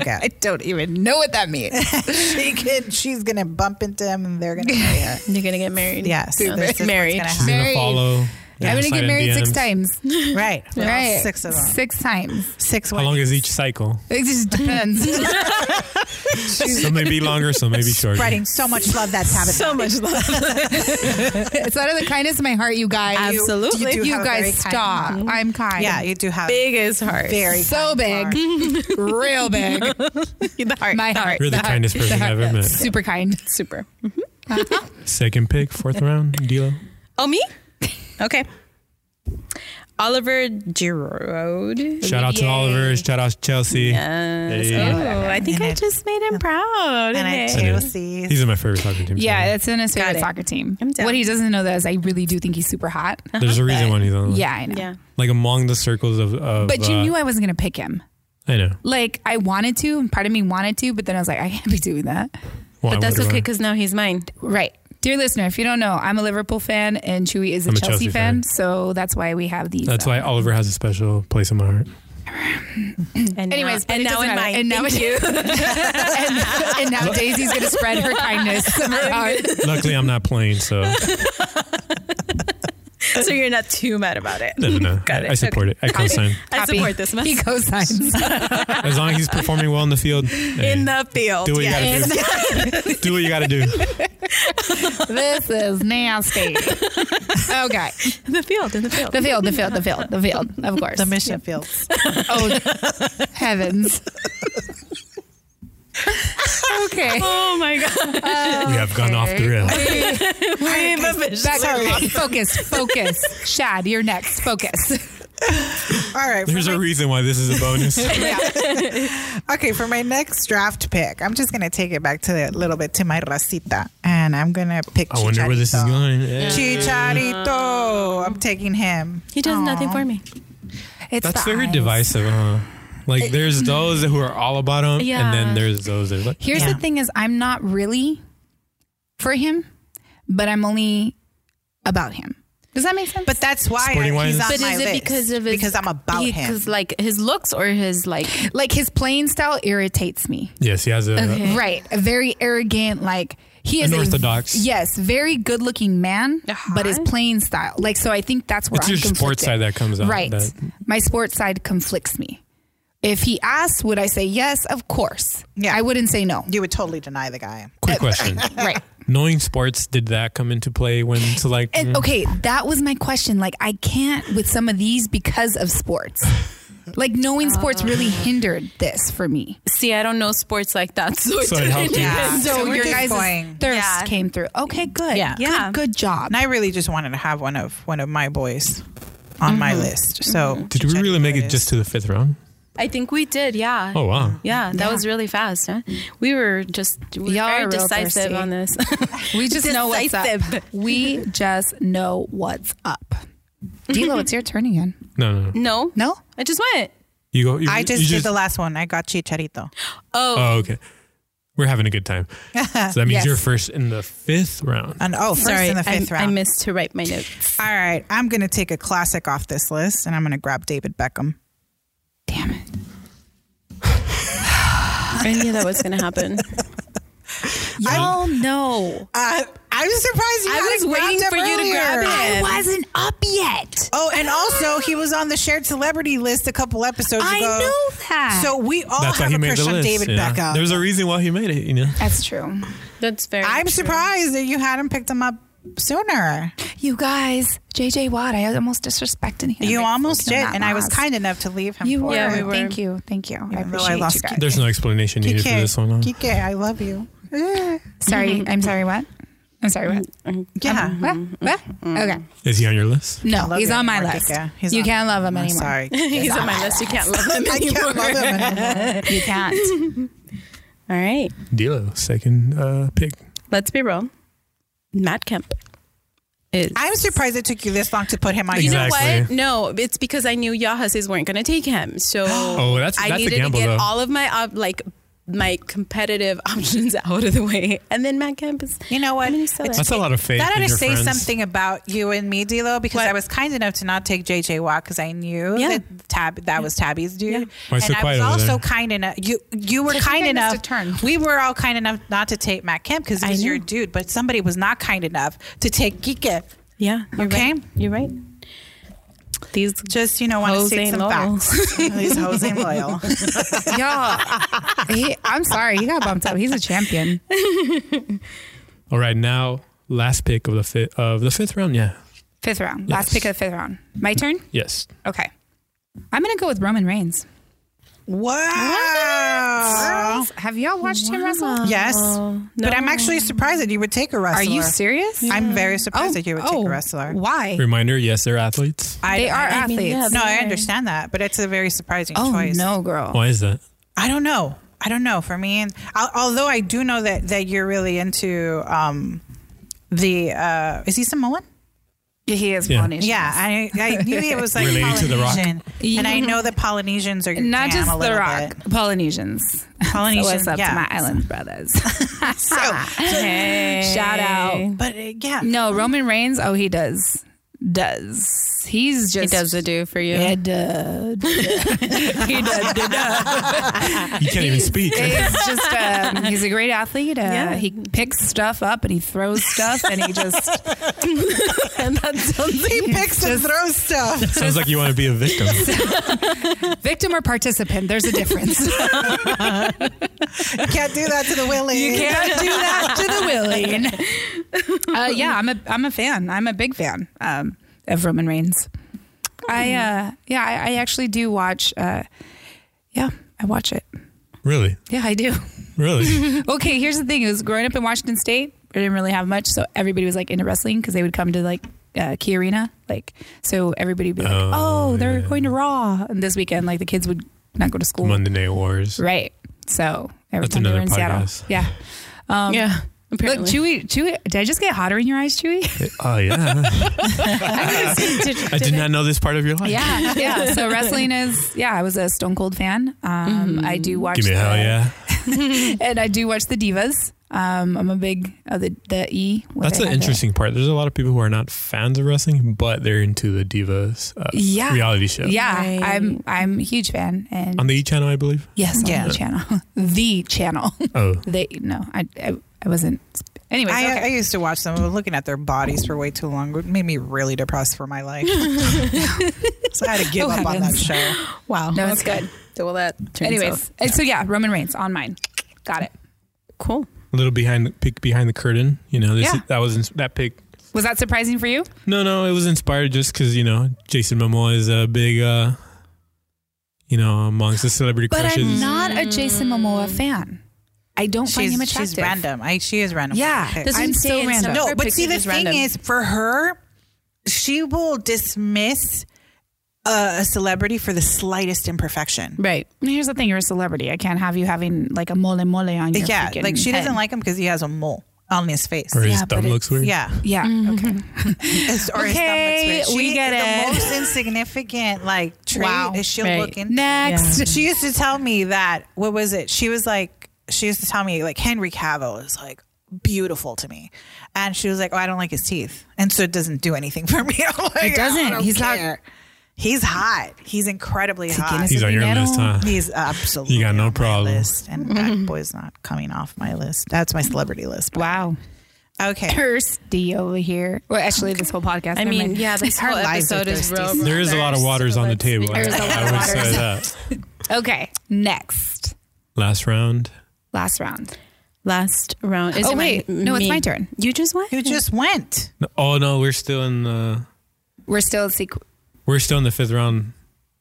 Speaker 1: *laughs* I
Speaker 5: get.
Speaker 1: don't even know what that means.
Speaker 5: she could, she's gonna bump into him,
Speaker 1: *laughs*
Speaker 5: and they're gonna marry her.
Speaker 2: You're going to get married.
Speaker 5: Yes,
Speaker 2: Yeah.
Speaker 5: this is what's
Speaker 2: Married.
Speaker 5: gonna
Speaker 4: He's
Speaker 5: happen.
Speaker 4: going to
Speaker 1: Married.
Speaker 4: follow.
Speaker 1: I'm gonna
Speaker 4: slide
Speaker 1: get
Speaker 4: in
Speaker 1: married six
Speaker 4: DMs.
Speaker 1: times.
Speaker 5: Right,
Speaker 1: Right.
Speaker 5: Six of them.
Speaker 1: Six times.
Speaker 5: Six.
Speaker 4: How long is each cycle?
Speaker 1: It just depends.
Speaker 5: *laughs*
Speaker 4: Some may be longer, some may be shorter.
Speaker 5: Spreading so much love that Tabitha.
Speaker 2: *laughs* So much love.
Speaker 1: it's out of the kindness of my heart, you guys.
Speaker 2: Absolutely.
Speaker 1: You,
Speaker 5: You have a very
Speaker 1: guys
Speaker 5: kind
Speaker 1: stop. I'm kind.
Speaker 5: yeah, you do have
Speaker 2: Big is hard.
Speaker 5: very
Speaker 1: So
Speaker 5: kind heart.
Speaker 1: big. Real big.
Speaker 2: *laughs* The heart.
Speaker 1: My heart.
Speaker 4: You're the kindest person I've ever met.
Speaker 1: Super kind.
Speaker 2: Super.
Speaker 4: Second pick, fourth round, D'Lo.
Speaker 2: Oh, me? Okay. Oliver Giroud.
Speaker 4: Shout out to
Speaker 1: Olivier.
Speaker 4: Oliver. Shout out to Chelsea.
Speaker 2: Yes.
Speaker 4: Hey.
Speaker 2: Oh, I think
Speaker 5: And
Speaker 2: I
Speaker 5: it-
Speaker 2: just made him proud.
Speaker 5: And
Speaker 1: *laughs*
Speaker 5: I
Speaker 2: Hey.
Speaker 4: I did.
Speaker 5: Chelsea.
Speaker 4: He's in my favorite soccer team. so
Speaker 1: Yeah, that's in his
Speaker 2: Got
Speaker 1: favorite
Speaker 2: it.
Speaker 1: soccer team.
Speaker 2: I'm down.
Speaker 1: What he doesn't know though is I really do think he's super hot.
Speaker 4: There's a reason why he's on. the-
Speaker 1: Yeah, I know.
Speaker 2: yeah.
Speaker 4: Like among the circles of. of
Speaker 1: But you
Speaker 4: uh,
Speaker 1: knew I wasn't gonna pick him.
Speaker 4: I know.
Speaker 1: Like I wanted to, and part of me wanted to, but then I was like, I can't be doing that.
Speaker 4: Well, I
Speaker 2: But that's
Speaker 4: wonder
Speaker 2: okay
Speaker 4: why.
Speaker 2: because now he's mine.
Speaker 1: Right. Dear listener, if you don't know, I'm a Liverpool fan and Chewy is a
Speaker 4: I'm
Speaker 1: Chelsea, fan, so that's why we have these.
Speaker 4: That's
Speaker 1: uh,
Speaker 4: why Oliver has a special place in my heart.
Speaker 2: And
Speaker 1: Anyways,
Speaker 2: now,
Speaker 1: but
Speaker 2: and
Speaker 1: it
Speaker 2: now
Speaker 1: doesn't
Speaker 2: in
Speaker 1: matter.
Speaker 2: mine.
Speaker 1: And now
Speaker 2: Thank you.
Speaker 1: and, *laughs* and
Speaker 2: *laughs*
Speaker 1: now Daisy's going to spread her kindness. of her heart.
Speaker 4: Luckily, I'm not playing, so
Speaker 2: so you're not too mad about *laughs* it.
Speaker 4: No, no, no.
Speaker 2: Got
Speaker 4: I,
Speaker 2: it.
Speaker 4: I support it. I co-sign.
Speaker 2: I
Speaker 1: Happy.
Speaker 2: support this mess.
Speaker 1: He
Speaker 2: *laughs*
Speaker 1: co-signs.
Speaker 4: As long as he's performing well in the field, hey,
Speaker 2: in the field.
Speaker 4: do what
Speaker 2: yeah.
Speaker 4: you gotta do. do what you gotta do.
Speaker 1: this is nasty. Okay.
Speaker 2: In the field. In the field.
Speaker 1: The field, the field, the field, the field, of course.
Speaker 5: The mission fields.
Speaker 1: oh, heavens. okay. Uh,
Speaker 2: Oh my god.
Speaker 4: We have gone off the rail.
Speaker 1: Back, focus, focus. Shad, you're next. Focus.
Speaker 5: All right. for
Speaker 4: There's a reason why this is a bonus.
Speaker 5: Okay, for my next draft pick, I'm just gonna take it back to a little bit to my racita, and I'm gonna pick.
Speaker 4: I wonder where this is
Speaker 5: Chicharito.
Speaker 4: going. Yeah.
Speaker 5: Chicharito, I'm taking him.
Speaker 2: He does nothing for me.
Speaker 1: It's
Speaker 4: That's
Speaker 1: the
Speaker 4: very
Speaker 1: eyes.
Speaker 4: divisive, huh? Like there's those who are all about him,
Speaker 2: Yeah.
Speaker 4: and then there's those that are like,
Speaker 1: Here's
Speaker 5: Yeah.
Speaker 1: the thing is I'm not really for him, but I'm only about him. Does that make sense?
Speaker 5: But that's why
Speaker 4: Sporting
Speaker 5: I- he's
Speaker 4: wise?
Speaker 5: on
Speaker 6: But
Speaker 5: my
Speaker 6: is it
Speaker 5: list
Speaker 6: because of his,
Speaker 5: because I'm about him.
Speaker 6: Because like his looks or his like
Speaker 1: like his playing style irritates me.
Speaker 4: yes, he has a.
Speaker 6: Okay.
Speaker 1: Right. A very arrogant, like he is a-
Speaker 4: Unorthodox.
Speaker 1: yes, very good looking man,
Speaker 5: Uh-huh.
Speaker 1: but his playing style. Like so I think that's where
Speaker 4: It's
Speaker 1: I'm
Speaker 4: your sports
Speaker 1: conflicted.
Speaker 4: side that comes out.
Speaker 1: Right.
Speaker 4: that-
Speaker 1: My sports side conflicts me. If he asks, would I say yes? Of course.
Speaker 5: Yeah.
Speaker 1: I wouldn't say no.
Speaker 5: You would totally deny the guy.
Speaker 4: quick question:
Speaker 1: Right.
Speaker 4: Knowing sports, did that come into play when to like?
Speaker 1: And
Speaker 4: mm,
Speaker 1: okay, that was my question. Like I can't with some of these because of sports. Like knowing
Speaker 5: Oh.
Speaker 1: sports really hindered this for me.
Speaker 6: see, I don't know sports like that. *laughs* So, it
Speaker 4: So it helped
Speaker 6: didn't
Speaker 4: you.
Speaker 6: even-
Speaker 1: So,
Speaker 5: So we're
Speaker 1: your
Speaker 5: just
Speaker 1: guys'
Speaker 5: going-
Speaker 1: thirst
Speaker 6: Yeah.
Speaker 1: came through. Okay, good.
Speaker 5: Yeah.
Speaker 1: Good-
Speaker 6: Yeah.
Speaker 1: Good, job.
Speaker 5: And I really just wanted to have one of one of my boys on my
Speaker 6: Mm-hmm.
Speaker 5: list. So
Speaker 4: Did we really
Speaker 5: Chicharito
Speaker 4: make it
Speaker 5: is-
Speaker 4: just to the fifth round?
Speaker 6: I think we did, yeah.
Speaker 4: Oh wow!
Speaker 6: Yeah, that was really fast. Huh? We were just we
Speaker 1: Y'all
Speaker 6: were very
Speaker 1: are real
Speaker 6: decisive
Speaker 1: thirsty.
Speaker 6: on this. *laughs*
Speaker 1: We just know what's up.
Speaker 6: Decisive.
Speaker 1: We just know what's up. Dilo, it's your turn again.
Speaker 4: No, no, no.
Speaker 6: no,
Speaker 1: No?
Speaker 6: I just went.
Speaker 4: You go. You,
Speaker 5: I just,
Speaker 4: you
Speaker 5: did the last one. I got Chicharito.
Speaker 6: Oh,
Speaker 4: Oh, okay. We're having a
Speaker 5: *laughs*
Speaker 4: good time. So that means
Speaker 1: Yes.
Speaker 4: you're first in the fifth round.
Speaker 5: And oh, first
Speaker 6: sorry,
Speaker 5: in the
Speaker 6: I-
Speaker 5: fifth
Speaker 6: I,
Speaker 5: round.
Speaker 6: missed to write my notes.
Speaker 5: All right, I'm gonna take a classic off this list, and I'm gonna grab David Beckham.
Speaker 1: Damn it.
Speaker 6: I knew that was going to happen. *laughs* Oh,
Speaker 1: Y'all know.
Speaker 5: Uh, I'm surprised you
Speaker 6: I
Speaker 5: hadn't
Speaker 6: was waiting
Speaker 5: grabbed him
Speaker 6: for you to
Speaker 5: earlier.
Speaker 6: grab it.
Speaker 1: I wasn't up yet.
Speaker 5: Oh, and also he was on the shared celebrity list a couple episodes
Speaker 1: I
Speaker 5: ago.
Speaker 1: knew that.
Speaker 5: Oh, So we all
Speaker 4: That's why
Speaker 5: have
Speaker 4: he
Speaker 5: a
Speaker 4: made
Speaker 5: crush
Speaker 4: the
Speaker 5: on
Speaker 4: list.
Speaker 5: David
Speaker 4: yeah.
Speaker 5: Beckham.
Speaker 4: There's a reason why he made it. You know.
Speaker 1: That's true.
Speaker 6: That's very.
Speaker 5: I'm
Speaker 6: true.
Speaker 5: surprised that you hadn't picked him up sooner.
Speaker 1: You guys, JJ Watt, I almost disrespected him.
Speaker 5: you
Speaker 1: Like,
Speaker 5: almost
Speaker 1: you know,
Speaker 5: did,
Speaker 1: that
Speaker 5: and I was
Speaker 1: loss.
Speaker 5: kind enough to leave him.
Speaker 1: You
Speaker 5: for
Speaker 1: were.
Speaker 5: it.
Speaker 6: Yeah, we were.
Speaker 1: Thank you. Thank you. I
Speaker 5: Even though I
Speaker 1: appreciate
Speaker 5: lost
Speaker 1: you guys.
Speaker 4: There's no explanation needed for
Speaker 5: Kike,
Speaker 4: this one. Huh?
Speaker 5: Kike, I love you. Eh. *laughs*
Speaker 1: Sorry. I'm sorry, what? I'm sorry, what?
Speaker 5: Mm-hmm. Yeah.
Speaker 1: What? What? Okay.
Speaker 4: Is he on your list?
Speaker 1: No,
Speaker 5: Mm-hmm. love
Speaker 1: he's
Speaker 5: you
Speaker 1: on my
Speaker 5: anymore,
Speaker 1: list.
Speaker 5: Kika. He's
Speaker 1: you
Speaker 5: on-
Speaker 1: can't love him
Speaker 5: I'm
Speaker 1: anymore.
Speaker 5: sorry.
Speaker 6: *laughs* *laughs* He's on my list. You can't love him
Speaker 5: I
Speaker 6: anymore.
Speaker 5: can't love him anymore.
Speaker 1: You
Speaker 5: *laughs*
Speaker 1: can't.
Speaker 6: All right,
Speaker 4: Dilo, second uh, pick.
Speaker 6: let's be real. Matt Kemp is.
Speaker 5: I'm surprised it took you this long to put him on
Speaker 4: You
Speaker 6: you
Speaker 5: your
Speaker 6: know
Speaker 5: list.
Speaker 4: Exactly.
Speaker 6: what? No, it's because I knew Yahasis weren't going to take him. So
Speaker 4: *gasps* Oh, that's-
Speaker 6: I
Speaker 4: that's a
Speaker 6: needed
Speaker 4: gamble,
Speaker 6: to get
Speaker 4: though.
Speaker 6: all of my op- like my competitive *laughs* options out of the way, and then Matt Kemp is.
Speaker 5: You know what?
Speaker 6: I mean, he's still
Speaker 5: It's-
Speaker 6: there.
Speaker 4: That's a lot of faith.
Speaker 5: That ought
Speaker 4: in
Speaker 5: to
Speaker 4: your
Speaker 5: say
Speaker 4: friends.
Speaker 5: something about you and me, Dilo, because
Speaker 6: What?
Speaker 5: I was kind enough to not take JJ Watt because I knew
Speaker 6: Yeah.
Speaker 5: that Tab that was Tabby's dude,
Speaker 4: Why
Speaker 5: and
Speaker 4: so
Speaker 5: I was
Speaker 4: quiet over
Speaker 5: also
Speaker 4: there?
Speaker 5: kind enough. You you were
Speaker 1: think I
Speaker 5: kind
Speaker 1: missed
Speaker 5: enough.
Speaker 1: a turn.
Speaker 5: We were all kind enough not to take Matt Kemp because he's your dude, but somebody was not kind enough to take Geeka.
Speaker 6: Yeah. You're
Speaker 5: Okay.
Speaker 6: Right. You're right. These
Speaker 5: Just you know, want to
Speaker 6: Hoes
Speaker 5: state
Speaker 6: ain't
Speaker 5: some
Speaker 6: loyal.
Speaker 1: *laughs*
Speaker 5: facts. These hoes ain't loyal.
Speaker 1: Y'all, he, I'm sorry. He got bumped up. He's a champion.
Speaker 4: All right, now last pick of the fifth of the fifth round. Yeah.
Speaker 1: Fifth round. Last pick of the fifth round. My turn?
Speaker 4: Yes.
Speaker 1: Okay. I'm going to go with Roman Reigns.
Speaker 5: wow.
Speaker 1: Have y'all watched him wrestle?
Speaker 5: Yes, but I'm actually surprised that you would take a wrestler.
Speaker 1: Oh, Are you serious? Oh,
Speaker 5: I'm very surprised that you would take a wrestler.
Speaker 1: Why?
Speaker 4: Reminder. Yes, they're athletes.
Speaker 5: I-
Speaker 1: They are
Speaker 5: I-
Speaker 1: athletes.
Speaker 6: mean, yeah,
Speaker 5: No, I
Speaker 6: Sorry.
Speaker 5: understand that, but it's a very surprising
Speaker 1: oh,
Speaker 5: choice.
Speaker 1: no, girl.
Speaker 4: Why is that?
Speaker 5: I don't know. I don't know. For me, and al- although I do know that that you're really into um, the uh, is he Samoan?
Speaker 1: He is
Speaker 4: Yeah.
Speaker 1: Polynesian.
Speaker 5: Yeah, I,
Speaker 1: *laughs*
Speaker 5: I knew it was like
Speaker 4: Related to The Rock.
Speaker 5: Polynesian, and I know that Polynesians are your
Speaker 1: Not
Speaker 5: jam
Speaker 1: just
Speaker 5: a
Speaker 1: The
Speaker 5: little
Speaker 1: Rock,
Speaker 5: bit.
Speaker 1: Polynesians. *laughs* So
Speaker 5: Polynesian,
Speaker 1: what's up
Speaker 5: yeah.
Speaker 1: to my island brothers?
Speaker 5: So,
Speaker 1: *laughs* Shout out.
Speaker 5: but uh, yeah,
Speaker 1: No, Roman Reigns. Oh, he does. does. He's just
Speaker 6: He does the do for you.
Speaker 1: Yeah, duh, duh. he does. *laughs* duh, duh.
Speaker 4: You can't
Speaker 5: *laughs*
Speaker 4: even speak.
Speaker 1: He's just um, he's a great athlete. Uh, He picks stuff up and he throws stuff and he just
Speaker 6: *laughs* and that sounds
Speaker 5: He picks and throws stuff.
Speaker 1: *laughs*
Speaker 4: Sounds like you want to be
Speaker 5: *laughs*
Speaker 4: a victim.
Speaker 1: victim or participant. There's a difference.
Speaker 5: You can't do that to the Willie.
Speaker 1: *laughs* You can't do that to the Willie. *laughs* Uh, yeah, I'm a I'm a fan. I'm a big fan um, of Roman Reigns. I uh, yeah, I, I actually do watch. Uh, yeah, I watch it.
Speaker 4: really,
Speaker 1: Yeah, I do. *laughs*
Speaker 4: really.
Speaker 1: Okay, here's the thing: is growing up in Washington State, I didn't really have much, so everybody was like into wrestling because they would come to like uh, Key Arena, like so everybody would be like,
Speaker 4: Oh,
Speaker 1: "Oh, they're
Speaker 4: yeah.
Speaker 1: going to Raw," and this weekend, like the kids would not go to school,
Speaker 4: Monday Night Wars.
Speaker 1: right? So every
Speaker 4: That's
Speaker 1: time they were
Speaker 4: another
Speaker 1: in Seattle,
Speaker 4: podcast. *laughs*
Speaker 1: yeah.
Speaker 6: *laughs*
Speaker 1: Um,
Speaker 6: Yeah.
Speaker 1: Look,
Speaker 6: Apparently.
Speaker 1: Chewy, Chewy, did I just get hotter in your eyes, Chewy?
Speaker 4: Oh yeah. *laughs* I did not know this part of your
Speaker 1: *laughs*
Speaker 4: life.
Speaker 1: yeah, yeah. So wrestling is, yeah, I was a Stone Cold fan. Um, I do watch,
Speaker 4: Give me a hell
Speaker 1: the-
Speaker 4: yeah.
Speaker 1: *laughs* and I do watch the divas. Um, I'm a big uh, the the E. what
Speaker 4: That's
Speaker 1: they have
Speaker 4: the
Speaker 1: there.
Speaker 4: interesting part. There's a lot of people who are not fans of wrestling, but they're into the divas uh,
Speaker 1: Yeah.
Speaker 4: reality show.
Speaker 1: Yeah,
Speaker 6: Right.
Speaker 1: I'm I'm a huge fan, and
Speaker 4: On the E channel,
Speaker 1: *laughs*
Speaker 4: I believe.
Speaker 1: yes, on
Speaker 5: Yeah.
Speaker 1: the channel, *laughs* the channel. *laughs*
Speaker 4: Oh,
Speaker 1: they no, I I, I wasn't. Anyways,
Speaker 5: I,
Speaker 1: okay.
Speaker 5: I used to watch them. I was looking at their bodies for way too long. It made me really depressed for
Speaker 1: *laughs*
Speaker 5: my life. so I had to give
Speaker 1: Oh,
Speaker 5: up on that
Speaker 1: heavens.
Speaker 5: show.
Speaker 6: wow. *laughs*
Speaker 1: No,
Speaker 6: No, it's
Speaker 1: it's
Speaker 6: good. So well that turns
Speaker 1: Anyways,
Speaker 6: out-
Speaker 1: and so yeah, Roman Reigns on mine. Got it.
Speaker 6: cool.
Speaker 4: a little behind the peek behind the curtain. You know, this
Speaker 1: Yeah.
Speaker 4: that was ins- that pick.
Speaker 1: Was that surprising for you?
Speaker 4: No, no, it was inspired just because you know Jason Momoa is a big, uh you know, amongst the celebrity
Speaker 1: But
Speaker 4: crushes.
Speaker 1: I'm not a Jason Momoa fan. I don't find him
Speaker 5: She's,
Speaker 1: attractive.
Speaker 5: she's random. I, she is random.
Speaker 1: Yeah,
Speaker 5: Okay.
Speaker 1: this
Speaker 6: I'm
Speaker 1: I'm so
Speaker 6: saying
Speaker 1: random.
Speaker 6: some
Speaker 5: no,
Speaker 6: of her
Speaker 5: but see, the
Speaker 6: pictures is
Speaker 5: thing
Speaker 6: random.
Speaker 5: is, for her, she will dismiss a, a celebrity for the slightest imperfection.
Speaker 1: Right. And here's the thing: you're a celebrity. I can't have you having like a mole mole on your.
Speaker 5: yeah,
Speaker 1: freaking
Speaker 5: like she doesn't
Speaker 1: head.
Speaker 5: like him because he has a mole on his face.
Speaker 4: or his
Speaker 1: yeah, but
Speaker 4: thumb looks weird.
Speaker 5: Yeah.
Speaker 1: Yeah. Okay.
Speaker 5: It's- or his
Speaker 1: Okay,
Speaker 5: stomach's rich.
Speaker 1: we
Speaker 5: She-
Speaker 1: get it.
Speaker 5: The most insignificant like trait
Speaker 1: Wow.
Speaker 5: is she'll
Speaker 6: Right.
Speaker 5: look into.
Speaker 1: Next.
Speaker 5: She used to tell me that what was it? She was like she used to tell me like Henry Cavill is like beautiful to me, and she was like, oh, I don't like his teeth, and so it doesn't do anything for me. *laughs* I'm like,
Speaker 1: It doesn't.
Speaker 5: I don't
Speaker 1: He's not-
Speaker 5: care. He's hot. He's incredibly hot.
Speaker 1: Guinness
Speaker 4: he's on your
Speaker 1: Metal.
Speaker 4: list, huh?
Speaker 5: He's absolutely.
Speaker 4: You got no
Speaker 5: on my
Speaker 4: problem.
Speaker 5: list, and
Speaker 1: Mm-hmm.
Speaker 5: that boy's not coming off my list. That's my celebrity list.
Speaker 1: Wow.
Speaker 5: Okay.
Speaker 1: Thirsty over here. Well, actually, this whole podcast.
Speaker 6: I
Speaker 1: never
Speaker 6: mean,
Speaker 1: mind.
Speaker 6: yeah, this
Speaker 5: Our
Speaker 6: whole
Speaker 5: lives are
Speaker 6: episode is
Speaker 5: thirsty.
Speaker 6: real-
Speaker 4: There is a lot of
Speaker 6: there's
Speaker 4: waters
Speaker 6: so
Speaker 4: on the
Speaker 6: much-
Speaker 4: table.
Speaker 1: There's a lot
Speaker 4: I
Speaker 1: of
Speaker 4: would say
Speaker 1: waters.
Speaker 4: that.
Speaker 1: *laughs* Okay. Next.
Speaker 4: Last round.
Speaker 1: Last round.
Speaker 6: Last round. Is
Speaker 1: Oh,
Speaker 6: it my-
Speaker 1: wait. No, it's
Speaker 6: me?
Speaker 1: my turn.
Speaker 6: You just went.
Speaker 5: You just went.
Speaker 4: No- Oh no, we're still in the
Speaker 1: We're still at sequ-
Speaker 4: we're still in the fifth round.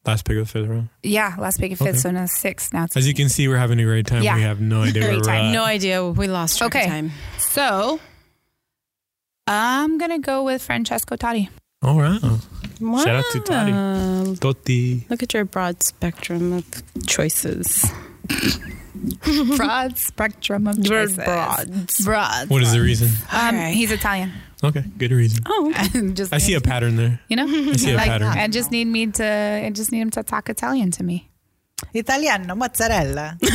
Speaker 4: Last pick of the fifth round.
Speaker 1: Yeah. Last pick of fifth.
Speaker 4: Okay.
Speaker 1: So now six. Now it's
Speaker 4: As you can see, we're having a great time.
Speaker 1: Yeah.
Speaker 4: We have no idea where
Speaker 1: Great
Speaker 4: we're
Speaker 1: time.
Speaker 4: at.
Speaker 6: no idea. We lost track
Speaker 1: Okay.
Speaker 6: of time.
Speaker 1: so. I'm gonna go with Francesco Totti.
Speaker 4: All right.
Speaker 6: Wow.
Speaker 4: Shout out to Toddy. Totti.
Speaker 6: Look at your broad spectrum of choices.
Speaker 1: *laughs* Broad spectrum of
Speaker 6: You're
Speaker 1: choices.
Speaker 6: broads.
Speaker 1: Broad.
Speaker 4: What is the reason?
Speaker 1: Um,
Speaker 5: All right.
Speaker 1: He's Italian.
Speaker 4: Okay, good reason.
Speaker 1: *laughs*
Speaker 6: Oh,
Speaker 1: just
Speaker 4: I see a pattern there.
Speaker 1: You know,
Speaker 4: I see a
Speaker 1: like,
Speaker 4: pattern.
Speaker 1: I just need me to. I just need him to talk Italian to me.
Speaker 5: Italiano mozzarella.
Speaker 1: And